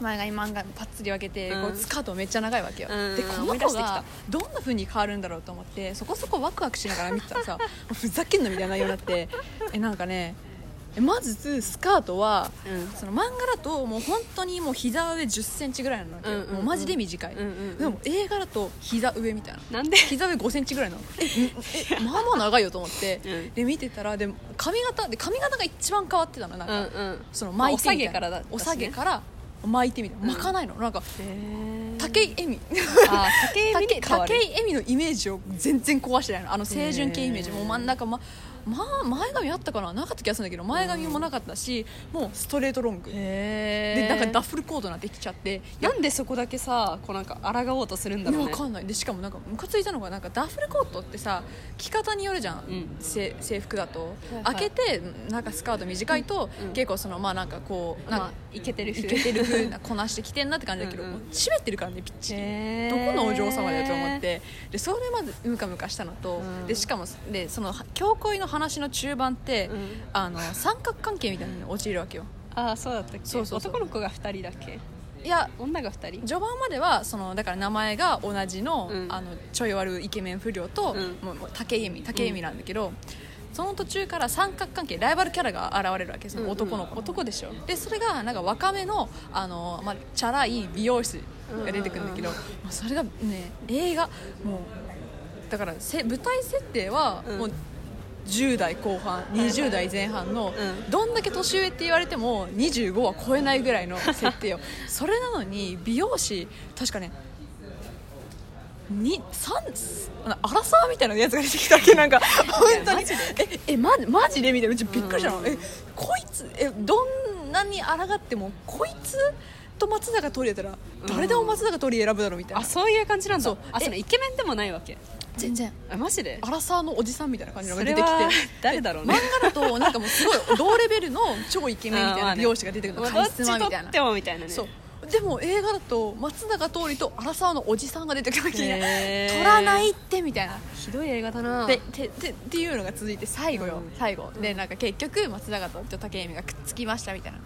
Speaker 1: 前髪漫画パッツリ分けて、
Speaker 2: うん
Speaker 1: こうスカートめっちゃ長いわけよ、
Speaker 2: うん
Speaker 1: でこ
Speaker 2: 思
Speaker 1: の
Speaker 2: い出
Speaker 1: 子
Speaker 2: してき
Speaker 1: が
Speaker 2: た
Speaker 1: どんな風に変わるんだろうと思ってそこそこワクワクしながら見てた らさもうふざけんなみたいな内容になってえなんかねえまずスカートは
Speaker 2: ん
Speaker 1: その漫画だともう本当にもう膝上1 0ンチぐらいなの
Speaker 2: うんうんうん
Speaker 1: もうマジで短い、
Speaker 2: うんうんうん
Speaker 1: でも映画だと膝上みたいな
Speaker 2: なんで
Speaker 1: 膝上5センチぐらいなのええまあまあ長いよと思って、
Speaker 2: うん
Speaker 1: で見てたらでも髪型で髪型が一番変わってたのなん
Speaker 2: う
Speaker 1: か、
Speaker 2: んうん
Speaker 1: その巻いてみたいな
Speaker 2: お下げからだったしね
Speaker 1: お下げから巻いてみたいな巻かないの、なんか
Speaker 2: へー
Speaker 1: 竹井絵美
Speaker 2: あー竹井美に変わる
Speaker 1: 竹井絵美のイメージを全然壊してないのあの清純系イメージ
Speaker 2: へー
Speaker 1: もう真ん中ままあ前髪あったかななかった気がするんだけど前髪もなかったしもうストレートロングで
Speaker 2: へ
Speaker 1: なんかダ
Speaker 2: か
Speaker 1: ッフルコートなってきちゃっていや
Speaker 2: なんでそこだけさこうなんか抗おうとするんだろう
Speaker 1: わ
Speaker 2: ね
Speaker 1: かんないでしかもなんかムカついたのがなんかダッフルコートってさ着方によるじゃん、
Speaker 2: ん
Speaker 1: せ制服だと、
Speaker 2: はい
Speaker 1: 開けてなんかスカート短いと、
Speaker 2: うん
Speaker 1: 結構そのまあなんかこうなん
Speaker 2: ま
Speaker 1: か
Speaker 2: あイケてる
Speaker 1: い
Speaker 2: 風
Speaker 1: けてる風なこなしてきてんなって感じだけど
Speaker 2: うんうん
Speaker 1: もう締めてるからねピッチ
Speaker 2: へ
Speaker 1: リ
Speaker 2: ー
Speaker 1: どこのお嬢様だよと思ってでそれまでムカムカしたのと、
Speaker 2: うん
Speaker 1: でしかもでその教恋の話の中盤って、
Speaker 2: うん
Speaker 1: あの三角関係みたいなのに陥るわけよ
Speaker 2: ああそうだったっけ
Speaker 1: そうそうそう
Speaker 2: 男の子が2人だっけ
Speaker 1: いや
Speaker 2: 女が2人
Speaker 1: 序盤まではそのだから名前が同じの,、
Speaker 2: うん
Speaker 1: あのちょい悪いイケメン不良と、
Speaker 2: うん
Speaker 1: もうもう竹井美竹井美なんだけど、その途中から三角関係ライバルキャラが現れるわけそ
Speaker 2: うん
Speaker 1: の
Speaker 2: うん
Speaker 1: 男の子、男でしょでそれがなんか若めのあの、まあ、チャラい美容師が出てくるんだけど、
Speaker 2: うん
Speaker 1: まあそれがね映画もうだからせ舞台設定は
Speaker 2: うん
Speaker 1: もう、10代後半20代前半の、
Speaker 2: うん
Speaker 1: どんだけ年上って言われても25は超えないぐらいの設定を それなのに美容師確かねに三アラサーみたいなやつが出てきたっけ なんか本当にええマジマジでみたいなうちびっくりしたの、
Speaker 2: う
Speaker 1: えこいつえどんなに抗ってもこいつと松坂桃李やったら誰でも松坂桃李選ぶだろうみたいな、
Speaker 2: あそういう感じなんだ
Speaker 1: そう
Speaker 2: あ
Speaker 1: え
Speaker 2: そのイケメンでもないわけ
Speaker 1: 全然
Speaker 2: あマジで
Speaker 1: アラサーのおじさんみたいな感じのが
Speaker 2: そ
Speaker 1: 出
Speaker 2: れ
Speaker 1: てきて
Speaker 2: は誰だろう
Speaker 1: 漫
Speaker 2: ね
Speaker 1: 画だとなんかもうすごい同レベルの超イケメンみたいな美容師が出てくる
Speaker 2: ま
Speaker 1: の
Speaker 2: あ
Speaker 1: カ
Speaker 2: ね
Speaker 1: リスマみたい
Speaker 2: どっちと
Speaker 1: な
Speaker 2: ってもみたいなね
Speaker 1: そうでも映画だと松坂桃李と荒沢のおじさんが出てくるわけ
Speaker 2: へー
Speaker 1: 取らないってみたいな
Speaker 2: ひどい映画だな
Speaker 1: でててっていうのが続いて最後よ、
Speaker 2: うん
Speaker 1: 最後でなんか結局松坂桃李と武井美がくっつきましたみたいな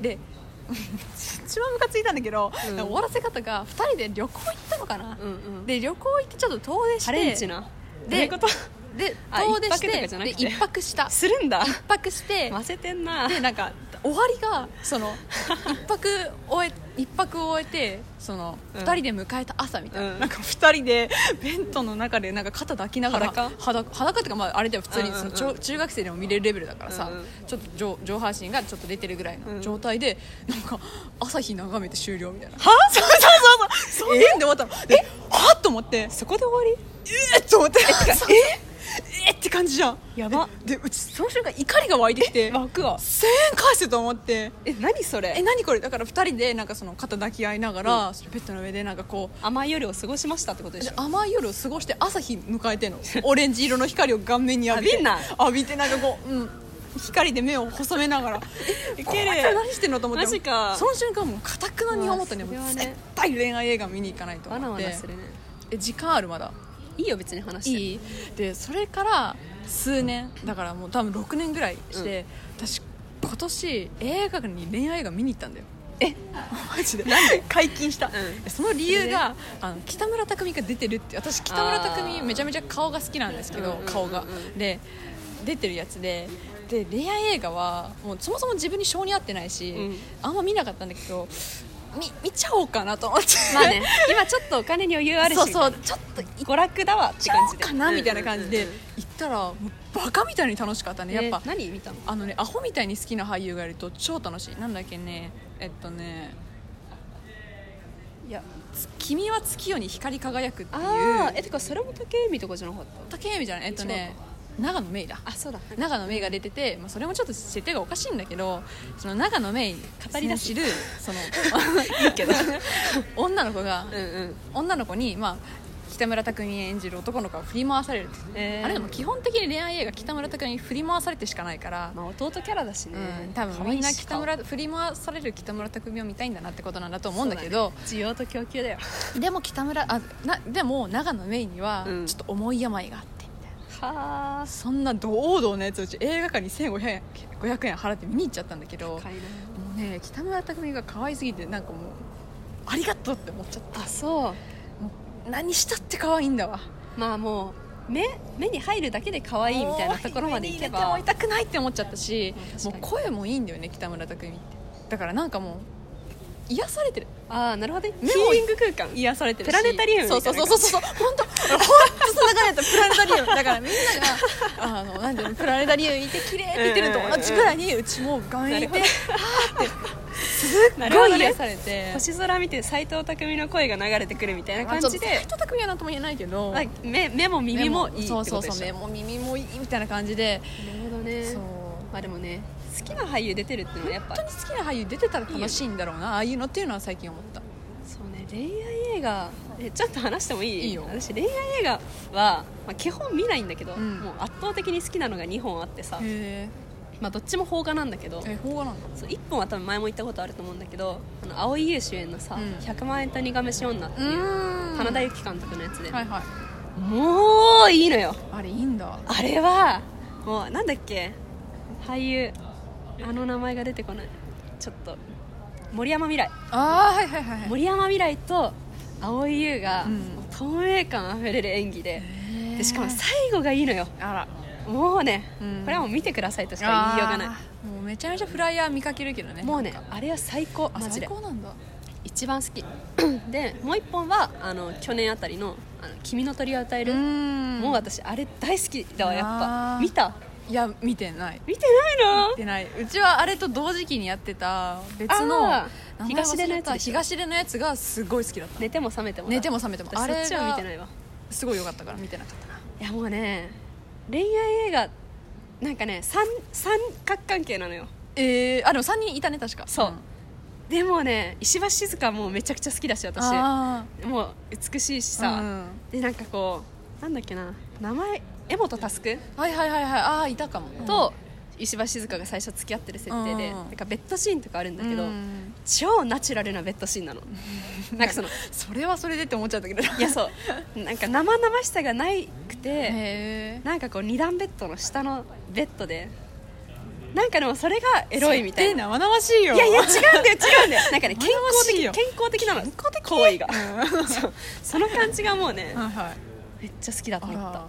Speaker 1: で 一番ムカついたんだけど、
Speaker 2: うん
Speaker 1: なんか終わらせ方が2人で旅行行ったのかな、
Speaker 2: うんうん
Speaker 1: で旅行行ってちょっと遠出して
Speaker 2: ハレンチな
Speaker 1: で
Speaker 2: どういうこと
Speaker 1: で
Speaker 2: あ
Speaker 1: 遠出し
Speaker 2: 一泊と
Speaker 1: て
Speaker 2: かじゃなくて
Speaker 1: で一泊 した
Speaker 2: するん だ
Speaker 1: 一泊して
Speaker 2: ませてんな
Speaker 1: でなんか終わりがその一泊終え一泊を終えてその
Speaker 2: うん
Speaker 1: 二、人で迎えた朝みたいな、
Speaker 2: うん
Speaker 1: なんか二人でベントの中でなんか肩抱きながら
Speaker 2: 裸
Speaker 1: 裸裸っていうかまああれでは普通に
Speaker 2: うんうん
Speaker 1: そ
Speaker 2: うん
Speaker 1: の中中学生でも見れるレベルだからさ、
Speaker 2: うんうん
Speaker 1: ちょっと上上半身がちょっと出てるぐらいの状態で、なんか朝日眺めて終了みたいなは そうそうそうそうえー、で終わったのえはっと思って
Speaker 2: そこで終わ
Speaker 1: えっと思って ええって感じじゃん
Speaker 2: やば
Speaker 1: でうちその瞬間怒りが湧いてきて
Speaker 2: り湧くわ
Speaker 1: 1000円返せと思って
Speaker 2: え何そ
Speaker 1: え
Speaker 2: れ
Speaker 1: 何これだから2人でなんかその肩抱き合いながら、そのベッドの上でなんかこう
Speaker 2: 甘い夜を過ごしましたってことでし
Speaker 1: で
Speaker 2: ょ
Speaker 1: 甘い夜を過ごして朝日迎えてん のオレンジ色の光を顔面に浴びて
Speaker 2: 浴びんな
Speaker 1: 浴びてなんかこう、うん、光で目を細めな がらえ
Speaker 2: ウケる
Speaker 1: こいつ何してんのと思って
Speaker 2: マジか
Speaker 1: その瞬間もうかたくなに思ったね
Speaker 2: うわ
Speaker 1: もう
Speaker 2: それは
Speaker 1: 絶
Speaker 2: ね
Speaker 1: 対恋愛映画見に行かないと
Speaker 2: わな
Speaker 1: 思っ
Speaker 2: わ
Speaker 1: て
Speaker 2: なするね
Speaker 1: え時間あるまだ
Speaker 2: いいよ別に話 して
Speaker 1: いいでそれから数年だからもう多分6年ぐらいして、私今年映画館に恋愛映画見に行ったんだよ
Speaker 2: え
Speaker 1: マジでなんで解禁した、
Speaker 2: う
Speaker 1: その理由があの北村匠海が出てるって私北村匠海めちゃめちゃ顔が好きなんですけ
Speaker 2: うん
Speaker 1: ど
Speaker 2: うんうんうん
Speaker 1: 顔がで出てるやつでで恋愛映画はもうそもそも自分に性に合ってないし、
Speaker 2: うん
Speaker 1: あんま見なかったんだけどみ見ちゃおうかなと思って
Speaker 2: まあね 今ちょっとお金に余裕あるし
Speaker 1: そうそうちょっと
Speaker 2: 娯楽だわって
Speaker 1: ちゃ
Speaker 2: 感
Speaker 1: お
Speaker 2: じ
Speaker 1: う
Speaker 2: で
Speaker 1: かなみたいな感じ
Speaker 2: う
Speaker 1: で
Speaker 2: んうんうん
Speaker 1: 行ったらもうバカみたいに楽しかったねやっ
Speaker 2: え
Speaker 1: ぱ
Speaker 2: 何見たの
Speaker 1: あのねアホみたいに好きな俳優がいると超楽しいなんだっけねえっとねいやつ「君は月夜に光り輝く」っていう
Speaker 2: ああえてかそれも竹海とかじゃなかった
Speaker 1: 竹井美じゃないえっとね長野芽郁だ
Speaker 2: あそうだ
Speaker 1: 長野芽郁が出てて、まあ、それもちょっと設定がおかしいんだけどその長野芽郁語り出してるその
Speaker 2: いいけど
Speaker 1: 女の子が
Speaker 2: うんうん
Speaker 1: 女の子に、まあ、北村匠海演じる男の子が振り回されるっていう
Speaker 2: えー
Speaker 1: あれでも基本的に恋愛映画北村匠海に振り回されてしかないから、
Speaker 2: まあ弟キャラだしね
Speaker 1: うん、多分みんな北村振り回される北村匠海を見たいんだなってことなんだと思うんだけど
Speaker 2: 需要と供給だよ
Speaker 1: でも北村あなでも長野メイには
Speaker 2: うん
Speaker 1: ちょっと重い病があってみたいな、
Speaker 2: はあ
Speaker 1: そんな堂々のやつうち映画館に1500円500円払って見に行っちゃったんだけども
Speaker 2: 高いな
Speaker 1: うね北村匠海が可愛すぎてなんかもうありがとうって思っちゃった
Speaker 2: あそう
Speaker 1: 何したって可愛いんだわ
Speaker 2: まあもう目目に入るだけで可愛いみたいなところまでい
Speaker 1: も
Speaker 2: け
Speaker 1: う
Speaker 2: ば
Speaker 1: 入れても痛くないって思っちゃったし
Speaker 2: まあ確
Speaker 1: も
Speaker 2: か
Speaker 1: う
Speaker 2: に
Speaker 1: 声もいいんだよね北村匠海ってだからなんかもう癒されてる
Speaker 2: ああなるほどねヒ
Speaker 1: 目
Speaker 2: ー
Speaker 1: も
Speaker 2: リング空間
Speaker 1: 癒されてるし
Speaker 2: プラネタリウムみた
Speaker 1: そ
Speaker 2: い
Speaker 1: そ
Speaker 2: うな
Speaker 1: うそうそうそう本当本当そんな感じだったプラネタリウムだからみんながあのなんていうのプラネタリウム見て綺麗って言ってるのと同じぐらいにうちも画面見て
Speaker 2: なるな
Speaker 1: すっごい
Speaker 2: ね
Speaker 1: 癒されて
Speaker 2: 星空見て斎藤匠の声が流れてくるみたいな
Speaker 1: まあ
Speaker 2: 感
Speaker 1: ちょっ
Speaker 2: じ
Speaker 1: と
Speaker 2: で
Speaker 1: 斎藤匠はなんとも言えないけど
Speaker 2: まあ目目も耳もいいって
Speaker 1: そ
Speaker 2: こ
Speaker 1: うそ
Speaker 2: と
Speaker 1: う
Speaker 2: で
Speaker 1: そう
Speaker 2: し
Speaker 1: 目
Speaker 2: ょ
Speaker 1: も耳もいいみたいな感じで
Speaker 2: なるほどね
Speaker 1: そう
Speaker 2: まあでもね好きな俳優出てるっていうのはやっぱ
Speaker 1: 本当に好きな俳優出てたら楽しいんだろうなああいうのっていうのは最近思った
Speaker 2: そうね恋愛映画えちょっと話してもいい
Speaker 1: いいよ
Speaker 2: 私恋愛映画は、まあ、基本見ないんだけど、
Speaker 1: うん
Speaker 2: もう圧倒的に好きなのが2本あってさ、
Speaker 1: へ
Speaker 2: まあ、どっちも邦画なんだけど
Speaker 1: ええ邦画なんだ
Speaker 2: そう1本は多分前も言ったことあると思うんだけどあの蒼井優主演のさ「
Speaker 1: うん
Speaker 2: 100万円と苦飯女」っていう、
Speaker 1: ん
Speaker 2: 花田由紀監督のやつで、
Speaker 1: はいはい
Speaker 2: もういいのよ
Speaker 1: あれいいんだ
Speaker 2: あれはもうなんだっけ俳優あの名前が出てこないちょっと森山未来
Speaker 1: ああはいはいはいはい
Speaker 2: 森山未来と蒼井優が、
Speaker 1: うん
Speaker 2: 透明感あふれる演技ででしかも最後がいいのよ
Speaker 1: あら
Speaker 2: もうね、
Speaker 1: うん
Speaker 2: これはもう見てくださいとしか言いようがな
Speaker 1: あーもうめちゃめちゃフライヤー見かけるけどね
Speaker 2: いもうね
Speaker 1: なんか
Speaker 2: あれは最高
Speaker 1: あ
Speaker 2: マジ
Speaker 1: 最
Speaker 2: で
Speaker 1: 高なんだ
Speaker 2: 一番好き でもう一本はあの去年あたりの「あの君の鳥を与える」
Speaker 1: ん
Speaker 2: もう私あれ大好きだわやっ
Speaker 1: あー
Speaker 2: ぱ見た
Speaker 1: いや見てない
Speaker 2: 見てないの
Speaker 1: 見てないうちはあれと同時期にやってた別の
Speaker 2: あー
Speaker 1: 名前忘れた
Speaker 2: 東出のやつでしょ
Speaker 1: 東出のやつがすごい好きだった
Speaker 2: 寝ても覚めてもだ
Speaker 1: 寝ても覚めても
Speaker 2: 私
Speaker 1: あれ
Speaker 2: そ
Speaker 1: が
Speaker 2: っちは見てないわ
Speaker 1: すごい良かったから見てなかったない
Speaker 2: やもうね恋愛映画なんかね三三角関係なのよ
Speaker 1: えー、あでも3人いたね確か
Speaker 2: そう、
Speaker 1: ん
Speaker 2: でもね石橋静香もめちゃくちゃ好きだし私
Speaker 1: あ
Speaker 2: もう美しいし
Speaker 1: ー
Speaker 2: さ、
Speaker 1: うん
Speaker 2: でなんかこうなんだっけな名前柄本佑
Speaker 1: はいはいはいはいああいたかも
Speaker 2: と石橋静香が最初付き合ってる設定
Speaker 1: う
Speaker 2: で、
Speaker 1: ん
Speaker 2: なんかベッドシーンとかあるんだけど、
Speaker 1: うん
Speaker 2: 超ナチュラルなベッドシーンなのなんかその
Speaker 1: それはそれでって思っちゃったけど
Speaker 2: いやそうなんか生々しさがないくて
Speaker 1: へえ
Speaker 2: なんかこう二段ベッドの下のベッドでなんかでもそれがエロいみたいな
Speaker 1: 生々しいよ
Speaker 2: いやいや違うんだよ違う んだよなんかね健
Speaker 1: 生々
Speaker 2: 康
Speaker 1: しい
Speaker 2: 的
Speaker 1: よ
Speaker 2: 健康的なの行為が
Speaker 1: うん
Speaker 2: そうその感じがもうね
Speaker 1: はいはい
Speaker 2: めっちゃ好きだと
Speaker 1: あ
Speaker 2: 思
Speaker 1: ら
Speaker 2: った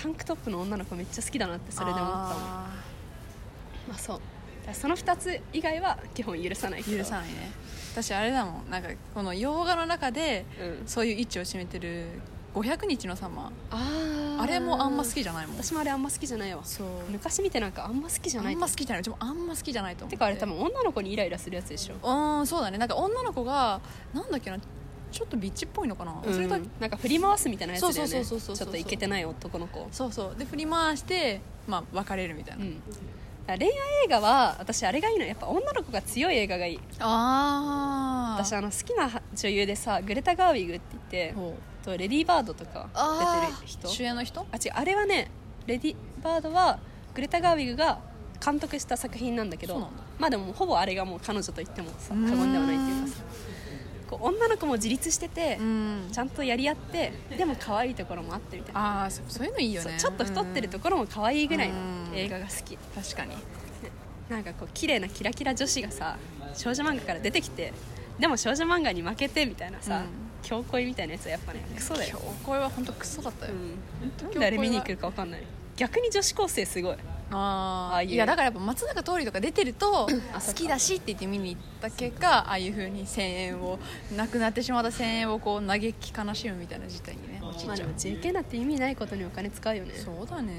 Speaker 2: タンクトップの女の子めっちゃ好きだなってそれで思ったもん
Speaker 1: あ
Speaker 2: まあそうだからその2つ以外は基本許さないけ
Speaker 1: ー
Speaker 2: ど
Speaker 1: 許さないね私あれだもんなんかこの洋画の中で
Speaker 2: うん
Speaker 1: そういう位置を占めてる500日の様
Speaker 2: あー
Speaker 1: あれもあんま好きじゃないもん
Speaker 2: 私もあれあんま好きじゃないわ
Speaker 1: そう
Speaker 2: 昔見てなんかあんま好きじゃ
Speaker 1: あ
Speaker 2: ない
Speaker 1: んま好きじゃないうちもあんま好きじゃないと思って
Speaker 2: かあれ多分女の子にイライラするやつでしょ
Speaker 1: うんそうだねなんか女の子がなんだっけなちょっとビッチっぽいのかな、
Speaker 2: う
Speaker 1: それ
Speaker 2: ん
Speaker 1: と
Speaker 2: なんか振り回すみたいなやつだよね
Speaker 1: そうそうそうそうそう
Speaker 2: ちょっとイケてない男の子
Speaker 1: そうそうで振り回してまあ別れるみたいな、
Speaker 2: うんだから恋愛映画は私あれがいいのやっぱ女の子が強い映画がいい
Speaker 1: ああ
Speaker 2: 私あの好きな女優でさグレタ・ガーウィグって言ってとレディー・バードとか出てる人
Speaker 1: 主演の人
Speaker 2: あ違うあれはねレディバードはグレタ・ガーウィグが監督した作品なんだけ
Speaker 1: そう
Speaker 2: ど
Speaker 1: なんだ
Speaker 2: まあでもほぼあれがもう彼女と言ってもさ過言ではないっていうかさこう女の子も自立してて
Speaker 1: うん
Speaker 2: ちゃんとやり合ってでも可愛いところもあってみたいな
Speaker 1: ああそそういうのいいよ
Speaker 2: そう
Speaker 1: ね
Speaker 2: ちょっと太ってるところも可愛いぐらいの映画が好き
Speaker 1: うん確かに
Speaker 2: なんかこう綺麗なキラキラ女子がさ少女漫画から出てきてでも少女漫画に負けてみたいなさ、
Speaker 1: うん
Speaker 2: 強恋みたいなやつはやっぱねクソだよ
Speaker 1: 今、日これは本当クソだったよ、
Speaker 2: うん、なんんであれ見に行くか分かんない逆に女子高生すごい
Speaker 1: あ
Speaker 2: ああ
Speaker 1: あ
Speaker 2: いう
Speaker 1: いやだからやっぱ松坂桃李とか出てると
Speaker 2: あそ
Speaker 1: 好
Speaker 2: っか
Speaker 1: きだしって言って見に行った結果ああいうふうに1000円をなくなってしまった1000円をこう嘆き悲しむみたいな事態にね陥
Speaker 2: ま
Speaker 1: っ
Speaker 2: あ
Speaker 1: ち
Speaker 2: で
Speaker 1: ゃ
Speaker 2: も
Speaker 1: う
Speaker 2: JK だって意味ないことにお金使うよね
Speaker 1: そうだね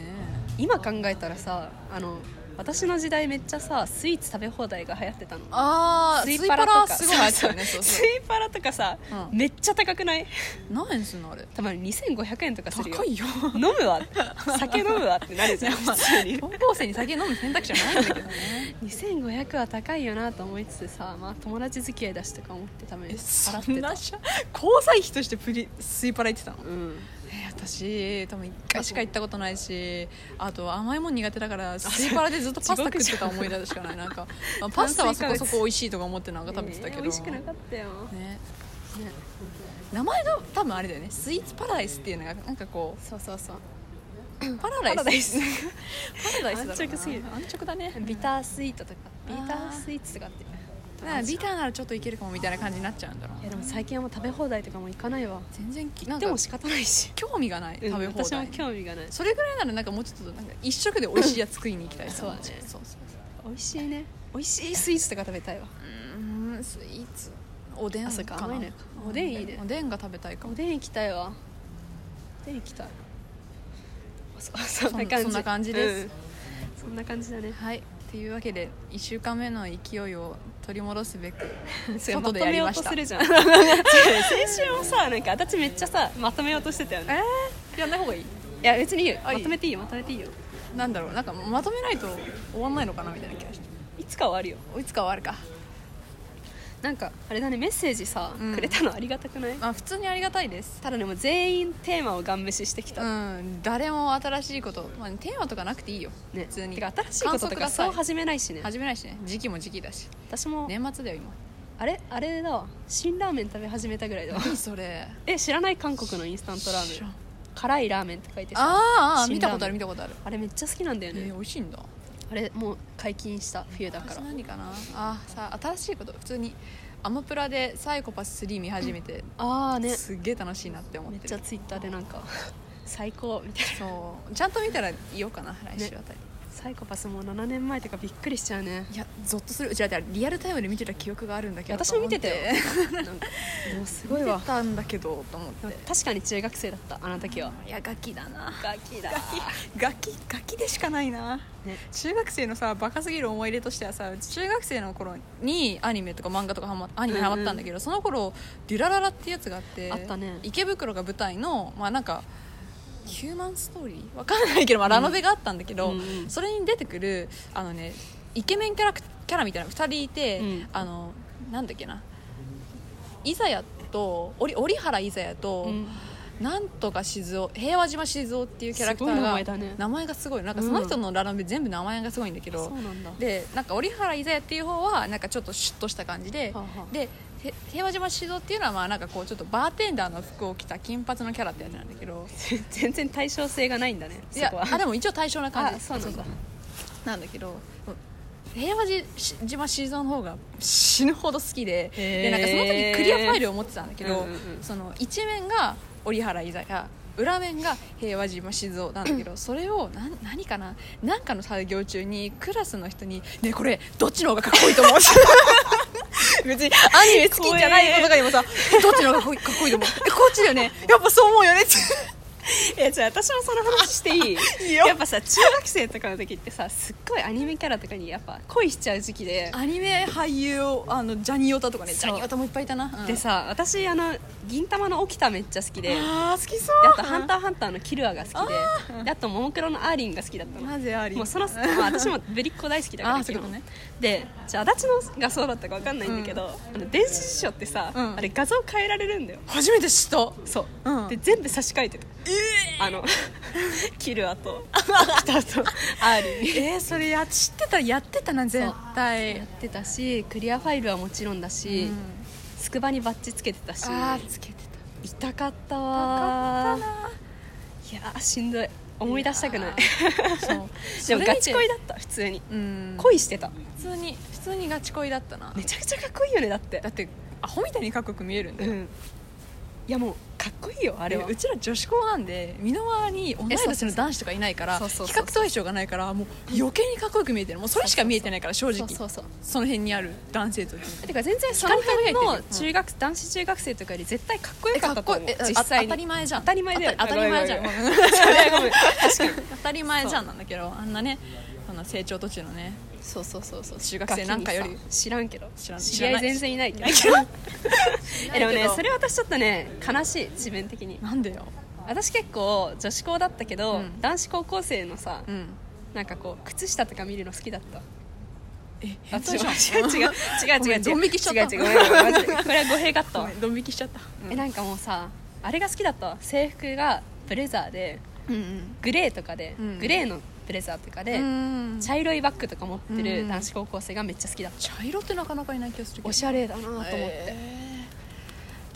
Speaker 2: 今考えたらさあの私の時代めっちゃさスイーツ食べ放題が流行ってたの
Speaker 1: ああスイパラすごい流行ってたよね
Speaker 2: そ
Speaker 1: そうう
Speaker 2: そう
Speaker 1: そ
Speaker 2: スイパラとかさ、
Speaker 1: うん
Speaker 2: めっちゃ高くないう
Speaker 1: 何円すんのあれ
Speaker 2: たまに2500円とかするよ
Speaker 1: 高いよ
Speaker 2: 飲むわ酒飲むわってなるじゃん普通に
Speaker 1: 高校生に酒飲む選択肢はないんだけどね
Speaker 2: 2500は高いよなと思いつつさ、まあ、友達付き合いだしとか思ってため に
Speaker 1: えそ
Speaker 2: 払って
Speaker 1: ん
Speaker 2: た
Speaker 1: なしゃ交際費としてプリスイパラ行ってたの
Speaker 2: うん
Speaker 1: えー私多分1回しか行ったことないしあと甘いもん苦手だからスイパラで ずっとパスタ食ってた思い出しかないなんか、まあパスタはそこそこ美味しいとか思ってなんか食べてたけ
Speaker 2: えー
Speaker 1: ど、
Speaker 2: 美味しくなかったよ、ね、
Speaker 1: ね名前が多分あれだよねスイーツパラダイスっていうのがなんかこ
Speaker 2: そうそうそう
Speaker 1: うパラダイス
Speaker 2: パラダイス
Speaker 1: パラダイスだろうな
Speaker 2: 安直すぎる
Speaker 1: 安直だね
Speaker 2: ビタースイートとかビター
Speaker 1: あー
Speaker 2: スイーツとかって
Speaker 1: なんかビターならちょっといけるかもみたいな感じになっちゃうんだろう
Speaker 2: いやでも最近はもう食べ放題とかも行かないわ
Speaker 1: 全然きなん
Speaker 2: で
Speaker 1: か
Speaker 2: も仕方ないし
Speaker 1: 興味がない食べ
Speaker 2: うん
Speaker 1: 放
Speaker 2: 私も
Speaker 1: 題、
Speaker 2: 興味がない
Speaker 1: それぐらいならなんかもうちょっとなんか一食で美味しいやつ食いに行きたいと思
Speaker 2: そうだね
Speaker 1: そうそう
Speaker 2: 美味しいね美味しいスイーツとか食べたいわ
Speaker 1: うーんスイーツおでん
Speaker 2: あそうか
Speaker 1: な
Speaker 2: 甘いのかおでんいいね
Speaker 1: おでんが食べたいか
Speaker 2: お
Speaker 1: も
Speaker 2: でん行きたいわおでん行きたいそそんな感じ
Speaker 1: そんな感じです
Speaker 2: うんそんな感じだね
Speaker 1: はいというわけで1週間目の勢いを取り戻す べく
Speaker 2: ま
Speaker 1: 外
Speaker 2: と
Speaker 1: でや
Speaker 2: め
Speaker 1: り
Speaker 2: よ
Speaker 1: ま
Speaker 2: う
Speaker 1: し
Speaker 2: と
Speaker 1: た
Speaker 2: するじ ゃん先週もさなんか私めっちゃさまとめようとしてたよね
Speaker 1: やんない方がいい
Speaker 2: いや別にいいよ
Speaker 1: あ
Speaker 2: ま
Speaker 1: いい
Speaker 2: とめていいよまとめていいよ
Speaker 1: なんだろうなんかまとめないと終わんないのかなみたいな気がして
Speaker 2: いつかはあるよ
Speaker 1: いつかはあるか
Speaker 2: なんかあれだねメッセージさ、
Speaker 1: うん
Speaker 2: くれたのありがたくない
Speaker 1: まあ普通にありがたいです
Speaker 2: ただねもう全員テーマをガン無視してき
Speaker 1: う
Speaker 2: た、
Speaker 1: ん誰も新しいこと、まあ、テーマとかなくていいよ、
Speaker 2: ね
Speaker 1: 普通に
Speaker 2: てか新しいこ
Speaker 1: 感想
Speaker 2: ととか
Speaker 1: ください
Speaker 2: そう始めないしね
Speaker 1: 始めないしね時期も時期だし
Speaker 2: 私も、
Speaker 1: 年末だよ今
Speaker 2: あれあれだわ辛ラーメン食べ始めたぐらいだわ
Speaker 1: 何それ
Speaker 2: え知らない韓国のインスタントラー
Speaker 1: 知
Speaker 2: メ
Speaker 1: ら
Speaker 2: ン
Speaker 1: ん
Speaker 2: 辛いラーメンって書いてさ
Speaker 1: あーあー
Speaker 2: 辛
Speaker 1: 見
Speaker 2: ラーメン
Speaker 1: たことある見たことある
Speaker 2: あれめっちゃ好きなんだよ
Speaker 1: えー
Speaker 2: ね
Speaker 1: 美味しいんだ
Speaker 2: あれもう解禁した冬だか
Speaker 1: 私
Speaker 2: ら
Speaker 1: 何かなあーさ新しいこと普通にアマプラで「サイコパス3」見始めて、
Speaker 2: ああね
Speaker 1: すっげえ楽しいなって思っ
Speaker 2: めってちゃ
Speaker 1: る
Speaker 2: ツイッターでなんか最高みたいな
Speaker 1: そうちゃんと見たら言おうかな来週あたり、
Speaker 2: サイコパスもう7年前とかびっくりしちゃうね
Speaker 1: いやゾッとするうちらってリアルタイムで見てた記憶があるんだけど
Speaker 2: 私も見てたよ
Speaker 1: と思って
Speaker 2: なんかもうすごい
Speaker 1: 見
Speaker 2: わ
Speaker 1: てたんだけどと思って
Speaker 2: でも確かに中学生だったあの時はい
Speaker 1: やガキだな
Speaker 2: ガキだ
Speaker 1: ガキガキでしかないな
Speaker 2: ね
Speaker 1: 中学生のさバカすぎる思い出としてはさ中学生の頃にアニメとか漫画とかハマアニメハマったんだけど、その頃デュラララってやつがあって
Speaker 2: あったね
Speaker 1: 池袋が舞台のまあなんかヒューマンストーリーわかんないけど、まあ、ラノベがあったんだけど、
Speaker 2: うんうん
Speaker 1: それに出てくるあのねイケメンキャラクキャラみたいなの2人いて、
Speaker 2: うん
Speaker 1: あのなんだっけなイザヤと折折原イザヤと、
Speaker 2: うん
Speaker 1: なんとか静雄平和島静雄っていうキャラクターが
Speaker 2: すごい名前だね
Speaker 1: 名前がすごいなんかその人のラノベ全部名前がすごいんだけ
Speaker 2: そ
Speaker 1: ど、
Speaker 2: うなんだ
Speaker 1: でなんか折原伊勢っていう方はなんかちょっとシュッとした感じで、
Speaker 2: はあはあ
Speaker 1: でへ平和島静雄っていうのはまあなんかこうちょっとバーテンダーの服を着た金髪のキャラってやつなんだけ ど
Speaker 2: 全然対称性がないんだね
Speaker 1: い
Speaker 2: そ
Speaker 1: や
Speaker 2: こは
Speaker 1: あでも一応対象な感じ
Speaker 2: あそうなんだ
Speaker 1: なんだけど平和島シーズンの方が死ぬほど好きで,、
Speaker 2: へー
Speaker 1: でなんかその時クリアファイルを持ってたんだけど、
Speaker 2: うんうんうん
Speaker 1: その一面が折原居酒屋裏面が平和島静雄なんだ けどそれを何何かな何かの作業中にクラスの人に「ねえこれどっちの方がかっこいいと思う? 」 別にアニメ好きじゃない子とかにも さ「どっちの方がかっこいいかっこいいと思う?」「えこっちだよねやっぱそう思うよね」って
Speaker 2: いやじゃあ私もその話してい い
Speaker 1: いいよ
Speaker 2: やっぱさ中学生とかの時ってさすっごいアニメキャラとかにやっぱ恋しちゃう時期で
Speaker 1: アニメ俳優をあのジャニオタとかね
Speaker 2: そう
Speaker 1: ジャニオタもいっぱいいたな、うん
Speaker 2: でさ私あの銀玉の沖田めっちゃ好きでで
Speaker 1: あー好きそう
Speaker 2: あと「ハンターハンター」のキルアが好きでであと「ももクロ」のアーリンが好きだったの
Speaker 1: なぜあり
Speaker 2: もうそのまあ私もぶりっ子大好きだか
Speaker 1: あ
Speaker 2: ら
Speaker 1: ーそういうことね
Speaker 2: でじゃあ足立のがそうだったかわかんないんだけど、あの電子辞書ってさ、
Speaker 1: うん
Speaker 2: あれ画像変えられるんだよ
Speaker 1: 初めて知った
Speaker 2: そう、
Speaker 1: うん
Speaker 2: で全部差し替えてた あのキルアとキタとアーリン
Speaker 1: えー、それや知ってたやってたな絶対
Speaker 2: やってたしクリアファイルはもちろんだし、
Speaker 1: うん
Speaker 2: スクバにバッチつけてたし
Speaker 1: あーつけてた
Speaker 2: 痛かったわいやーしんどい思い出したくない
Speaker 1: やーそう
Speaker 2: でもガチ恋
Speaker 1: だ
Speaker 2: だった普通に、
Speaker 1: うん
Speaker 2: 恋してた
Speaker 1: 普通に普通にガチ恋だったな
Speaker 2: めちゃくちゃかっこいいよねだって
Speaker 1: だってアホみたいにかっこよく見えるんだ
Speaker 2: う
Speaker 1: よ、
Speaker 2: んいやもうかっこいいよあ
Speaker 1: あ
Speaker 2: れ
Speaker 1: れ
Speaker 2: は
Speaker 1: うちら女子校なんで身の回りに同い
Speaker 2: えそうそ
Speaker 1: 年の
Speaker 2: う
Speaker 1: 男子とかいないから
Speaker 2: そう
Speaker 1: 比
Speaker 2: そうそうそう
Speaker 1: 較対象がないからもう余計にかっこよく見えてるもうそれしか見えてないから正
Speaker 2: そ
Speaker 1: 直
Speaker 2: うそうそう
Speaker 1: その辺にある男性と
Speaker 2: てか全然その
Speaker 1: 光り輝いてる
Speaker 2: 辺
Speaker 1: よ
Speaker 2: の中学、男子中学生とかより絶対かっこよかったと思う
Speaker 1: えあ
Speaker 2: 実際に
Speaker 1: 当たり前じゃん
Speaker 2: 当たり前だよ
Speaker 1: 当た当たり前じゃん
Speaker 2: ご
Speaker 1: ご
Speaker 2: め
Speaker 1: めん
Speaker 2: んご
Speaker 1: ご
Speaker 2: め
Speaker 1: め
Speaker 2: ん
Speaker 1: ん
Speaker 2: ごめん確かに
Speaker 1: 当たり前じゃんなんだけどあんなねあの成長途中のね
Speaker 2: そうそうそうそう
Speaker 1: 中学生なんかより
Speaker 2: ガキにさ知らんけど
Speaker 1: 知らん
Speaker 2: 知り合い全然いないけど えでもねそれ私ちょっとね悲しい自分的に
Speaker 1: なんでよ
Speaker 2: 私結構女子校だったけど、
Speaker 1: うん
Speaker 2: 男子高校生のさ、
Speaker 1: うん
Speaker 2: なんかこう靴下とか見るの好きだった
Speaker 1: え変
Speaker 2: 私
Speaker 1: 態じゃん
Speaker 2: 違う違う違う
Speaker 1: ご
Speaker 2: 違う違
Speaker 1: め
Speaker 2: うん
Speaker 1: ドン引きしちゃった
Speaker 2: 違う違うごめんマジで これは語弊があっ
Speaker 1: ご
Speaker 2: たわ
Speaker 1: めんドン引きしちゃった
Speaker 2: えなんかもうさあれが好きだったわ制服がブレザーで
Speaker 1: うんうん
Speaker 2: グレーとかで、
Speaker 1: うん
Speaker 2: グレーのブレザーとかで、
Speaker 1: うん
Speaker 2: 茶色いバッグとか持って
Speaker 1: う
Speaker 2: る
Speaker 1: ん
Speaker 2: 男子高校生がめっちゃ好きだった、
Speaker 1: 茶色ってなかなかいない気がするけど
Speaker 2: おしゃれだなと思って、
Speaker 1: え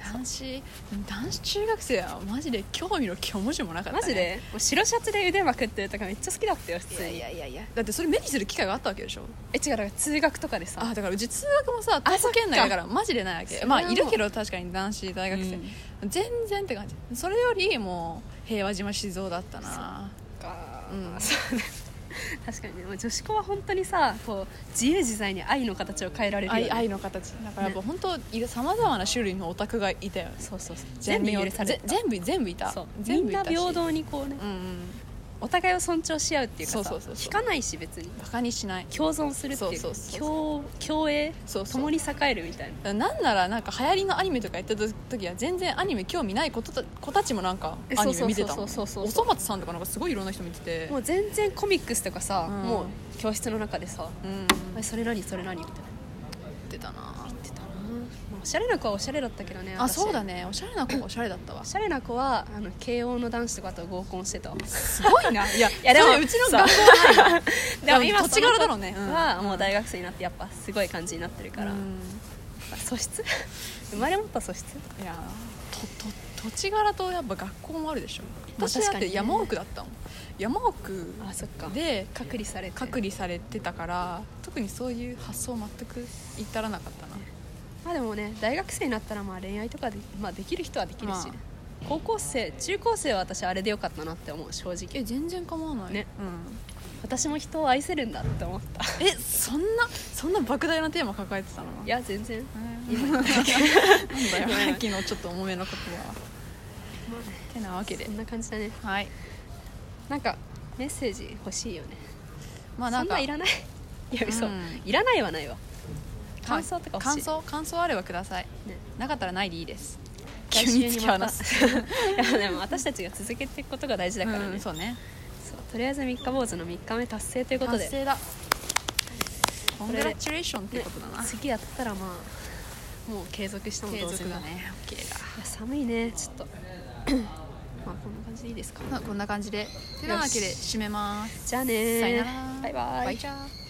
Speaker 1: ー男子男子中学生はマジで興味の興味もなかった、ね、
Speaker 2: マジでもう白シャツで腕まくってるとかめっちゃ好きだったよ普
Speaker 1: い
Speaker 2: 通
Speaker 1: や
Speaker 2: に
Speaker 1: いやいやいやだってそれ目にする機会があったわけでしょ
Speaker 2: え違うだから通学とかでさ
Speaker 1: あだからうち通学もさ徒歩圏内だからマジでないわ
Speaker 2: そ
Speaker 1: け
Speaker 2: れは
Speaker 1: ま
Speaker 2: も
Speaker 1: あ
Speaker 2: う
Speaker 1: いるけど確かに男子大学生、全然って感じそれよりもう平和島静雄だったな
Speaker 2: か
Speaker 1: うん
Speaker 2: そうね確かにねもう女子校は本当にさこう自由自在に愛の形を変えられるよ、ね
Speaker 1: 愛、愛の形だからやっぱ本当さまざまな種類のオタクがいたよね
Speaker 2: そうそうそう全部許され
Speaker 1: ぜ全部全部いた
Speaker 2: たそうみ
Speaker 1: 全部い
Speaker 2: ん
Speaker 1: た
Speaker 2: な
Speaker 1: し
Speaker 2: 平等にこうね
Speaker 1: うんうん
Speaker 2: お互いを尊重し合うっていうかさ
Speaker 1: そうそうそうそう
Speaker 2: 引かないし別に
Speaker 1: バカにしない
Speaker 2: 共存するっていう
Speaker 1: そうそうそう
Speaker 2: 共共栄
Speaker 1: そうそう
Speaker 2: 共に栄えるみたいな
Speaker 1: なんならなんか流行りのアニメとかやってた時は全然アニメ興味ない子とた子たちもなんか
Speaker 2: え
Speaker 1: アニメ見てたもん
Speaker 2: そう
Speaker 1: お
Speaker 2: そうそうそうそ
Speaker 1: そ
Speaker 2: う
Speaker 1: 松さんとかなんかすごいいろんな人見てて
Speaker 2: もう全然コミックスとかさ、
Speaker 1: うん
Speaker 2: もう教室の中でさ
Speaker 1: うんうん
Speaker 2: 「
Speaker 1: 言
Speaker 2: えそれ何それ何?」みたいな
Speaker 1: ってたな
Speaker 2: 言ってたな、まあおしゃれな子はおしゃれだったけどね
Speaker 1: あ
Speaker 2: 私
Speaker 1: そうだねおしゃれな子はおしゃれだった わ
Speaker 2: おしゃれな子はあの慶応の男子とかと合コンしてたわ
Speaker 1: すごいないや
Speaker 2: いやでも
Speaker 1: それうちの学校
Speaker 2: でも今
Speaker 1: 土地柄だろうね
Speaker 2: その子はもう大学生になってやっぱすごい感じになってるか、
Speaker 1: からら
Speaker 2: 素質 生まれ持った素質
Speaker 1: いやとと土地柄とやっぱ学校もあるでしょ
Speaker 2: まあ
Speaker 1: 私だ
Speaker 2: 確か
Speaker 1: っ
Speaker 2: に
Speaker 1: て
Speaker 2: ね
Speaker 1: 山奥だったもん山奥
Speaker 2: あそっか
Speaker 1: で
Speaker 2: 隔離されて
Speaker 1: 隔離されてたから特にそういう発想全く至らなかったな
Speaker 2: まあでもね大学生になったらまあ恋愛とかで、まあ、できる人はできるし、
Speaker 1: ま
Speaker 2: 高校生中高生は私あれでよかったなって思う正直
Speaker 1: え全然構わない
Speaker 2: ね
Speaker 1: うん、
Speaker 2: 私も人を愛せるんだって 思った
Speaker 1: えそんなそんな莫大なテーマ抱えてたの
Speaker 2: いや全然
Speaker 1: えー
Speaker 2: 今言っただけ
Speaker 1: なんだよ さっきのちょっと重めの言葉はてなわけで
Speaker 2: そんな感じだね
Speaker 1: はい
Speaker 2: なんかメッセージ欲しいよね
Speaker 1: まあな
Speaker 2: そ
Speaker 1: ん
Speaker 2: ん
Speaker 1: か
Speaker 2: ないらない いや嘘、
Speaker 1: うん
Speaker 2: いらないはないわ感想とか欲し
Speaker 1: 感
Speaker 2: い
Speaker 1: 想感想あればください
Speaker 2: ね
Speaker 1: なかったらないでいいです急
Speaker 2: 来週
Speaker 1: に
Speaker 2: に
Speaker 1: 突き
Speaker 2: ま
Speaker 1: 放
Speaker 2: た
Speaker 1: す
Speaker 2: いやでも私たちが 続けていくことが大事だからね、
Speaker 1: うん
Speaker 2: そう
Speaker 1: そうね
Speaker 2: とりあえず3日坊主の3日目達成ということ
Speaker 1: 達
Speaker 2: で
Speaker 1: 成だコン
Speaker 2: れ
Speaker 1: グ
Speaker 2: で
Speaker 1: ラチュレーションって
Speaker 2: ね
Speaker 1: ことだな
Speaker 2: 次やったらまあもう継続したも
Speaker 1: 継
Speaker 2: 同然
Speaker 1: 続
Speaker 2: だ
Speaker 1: だね OK だ
Speaker 2: いや寒いねちょっと まあこんな感じでいいですか
Speaker 1: まあこんな感じでてなわけで締めます
Speaker 2: じゃあね
Speaker 1: さよなら
Speaker 2: バイバイ
Speaker 1: バイチャー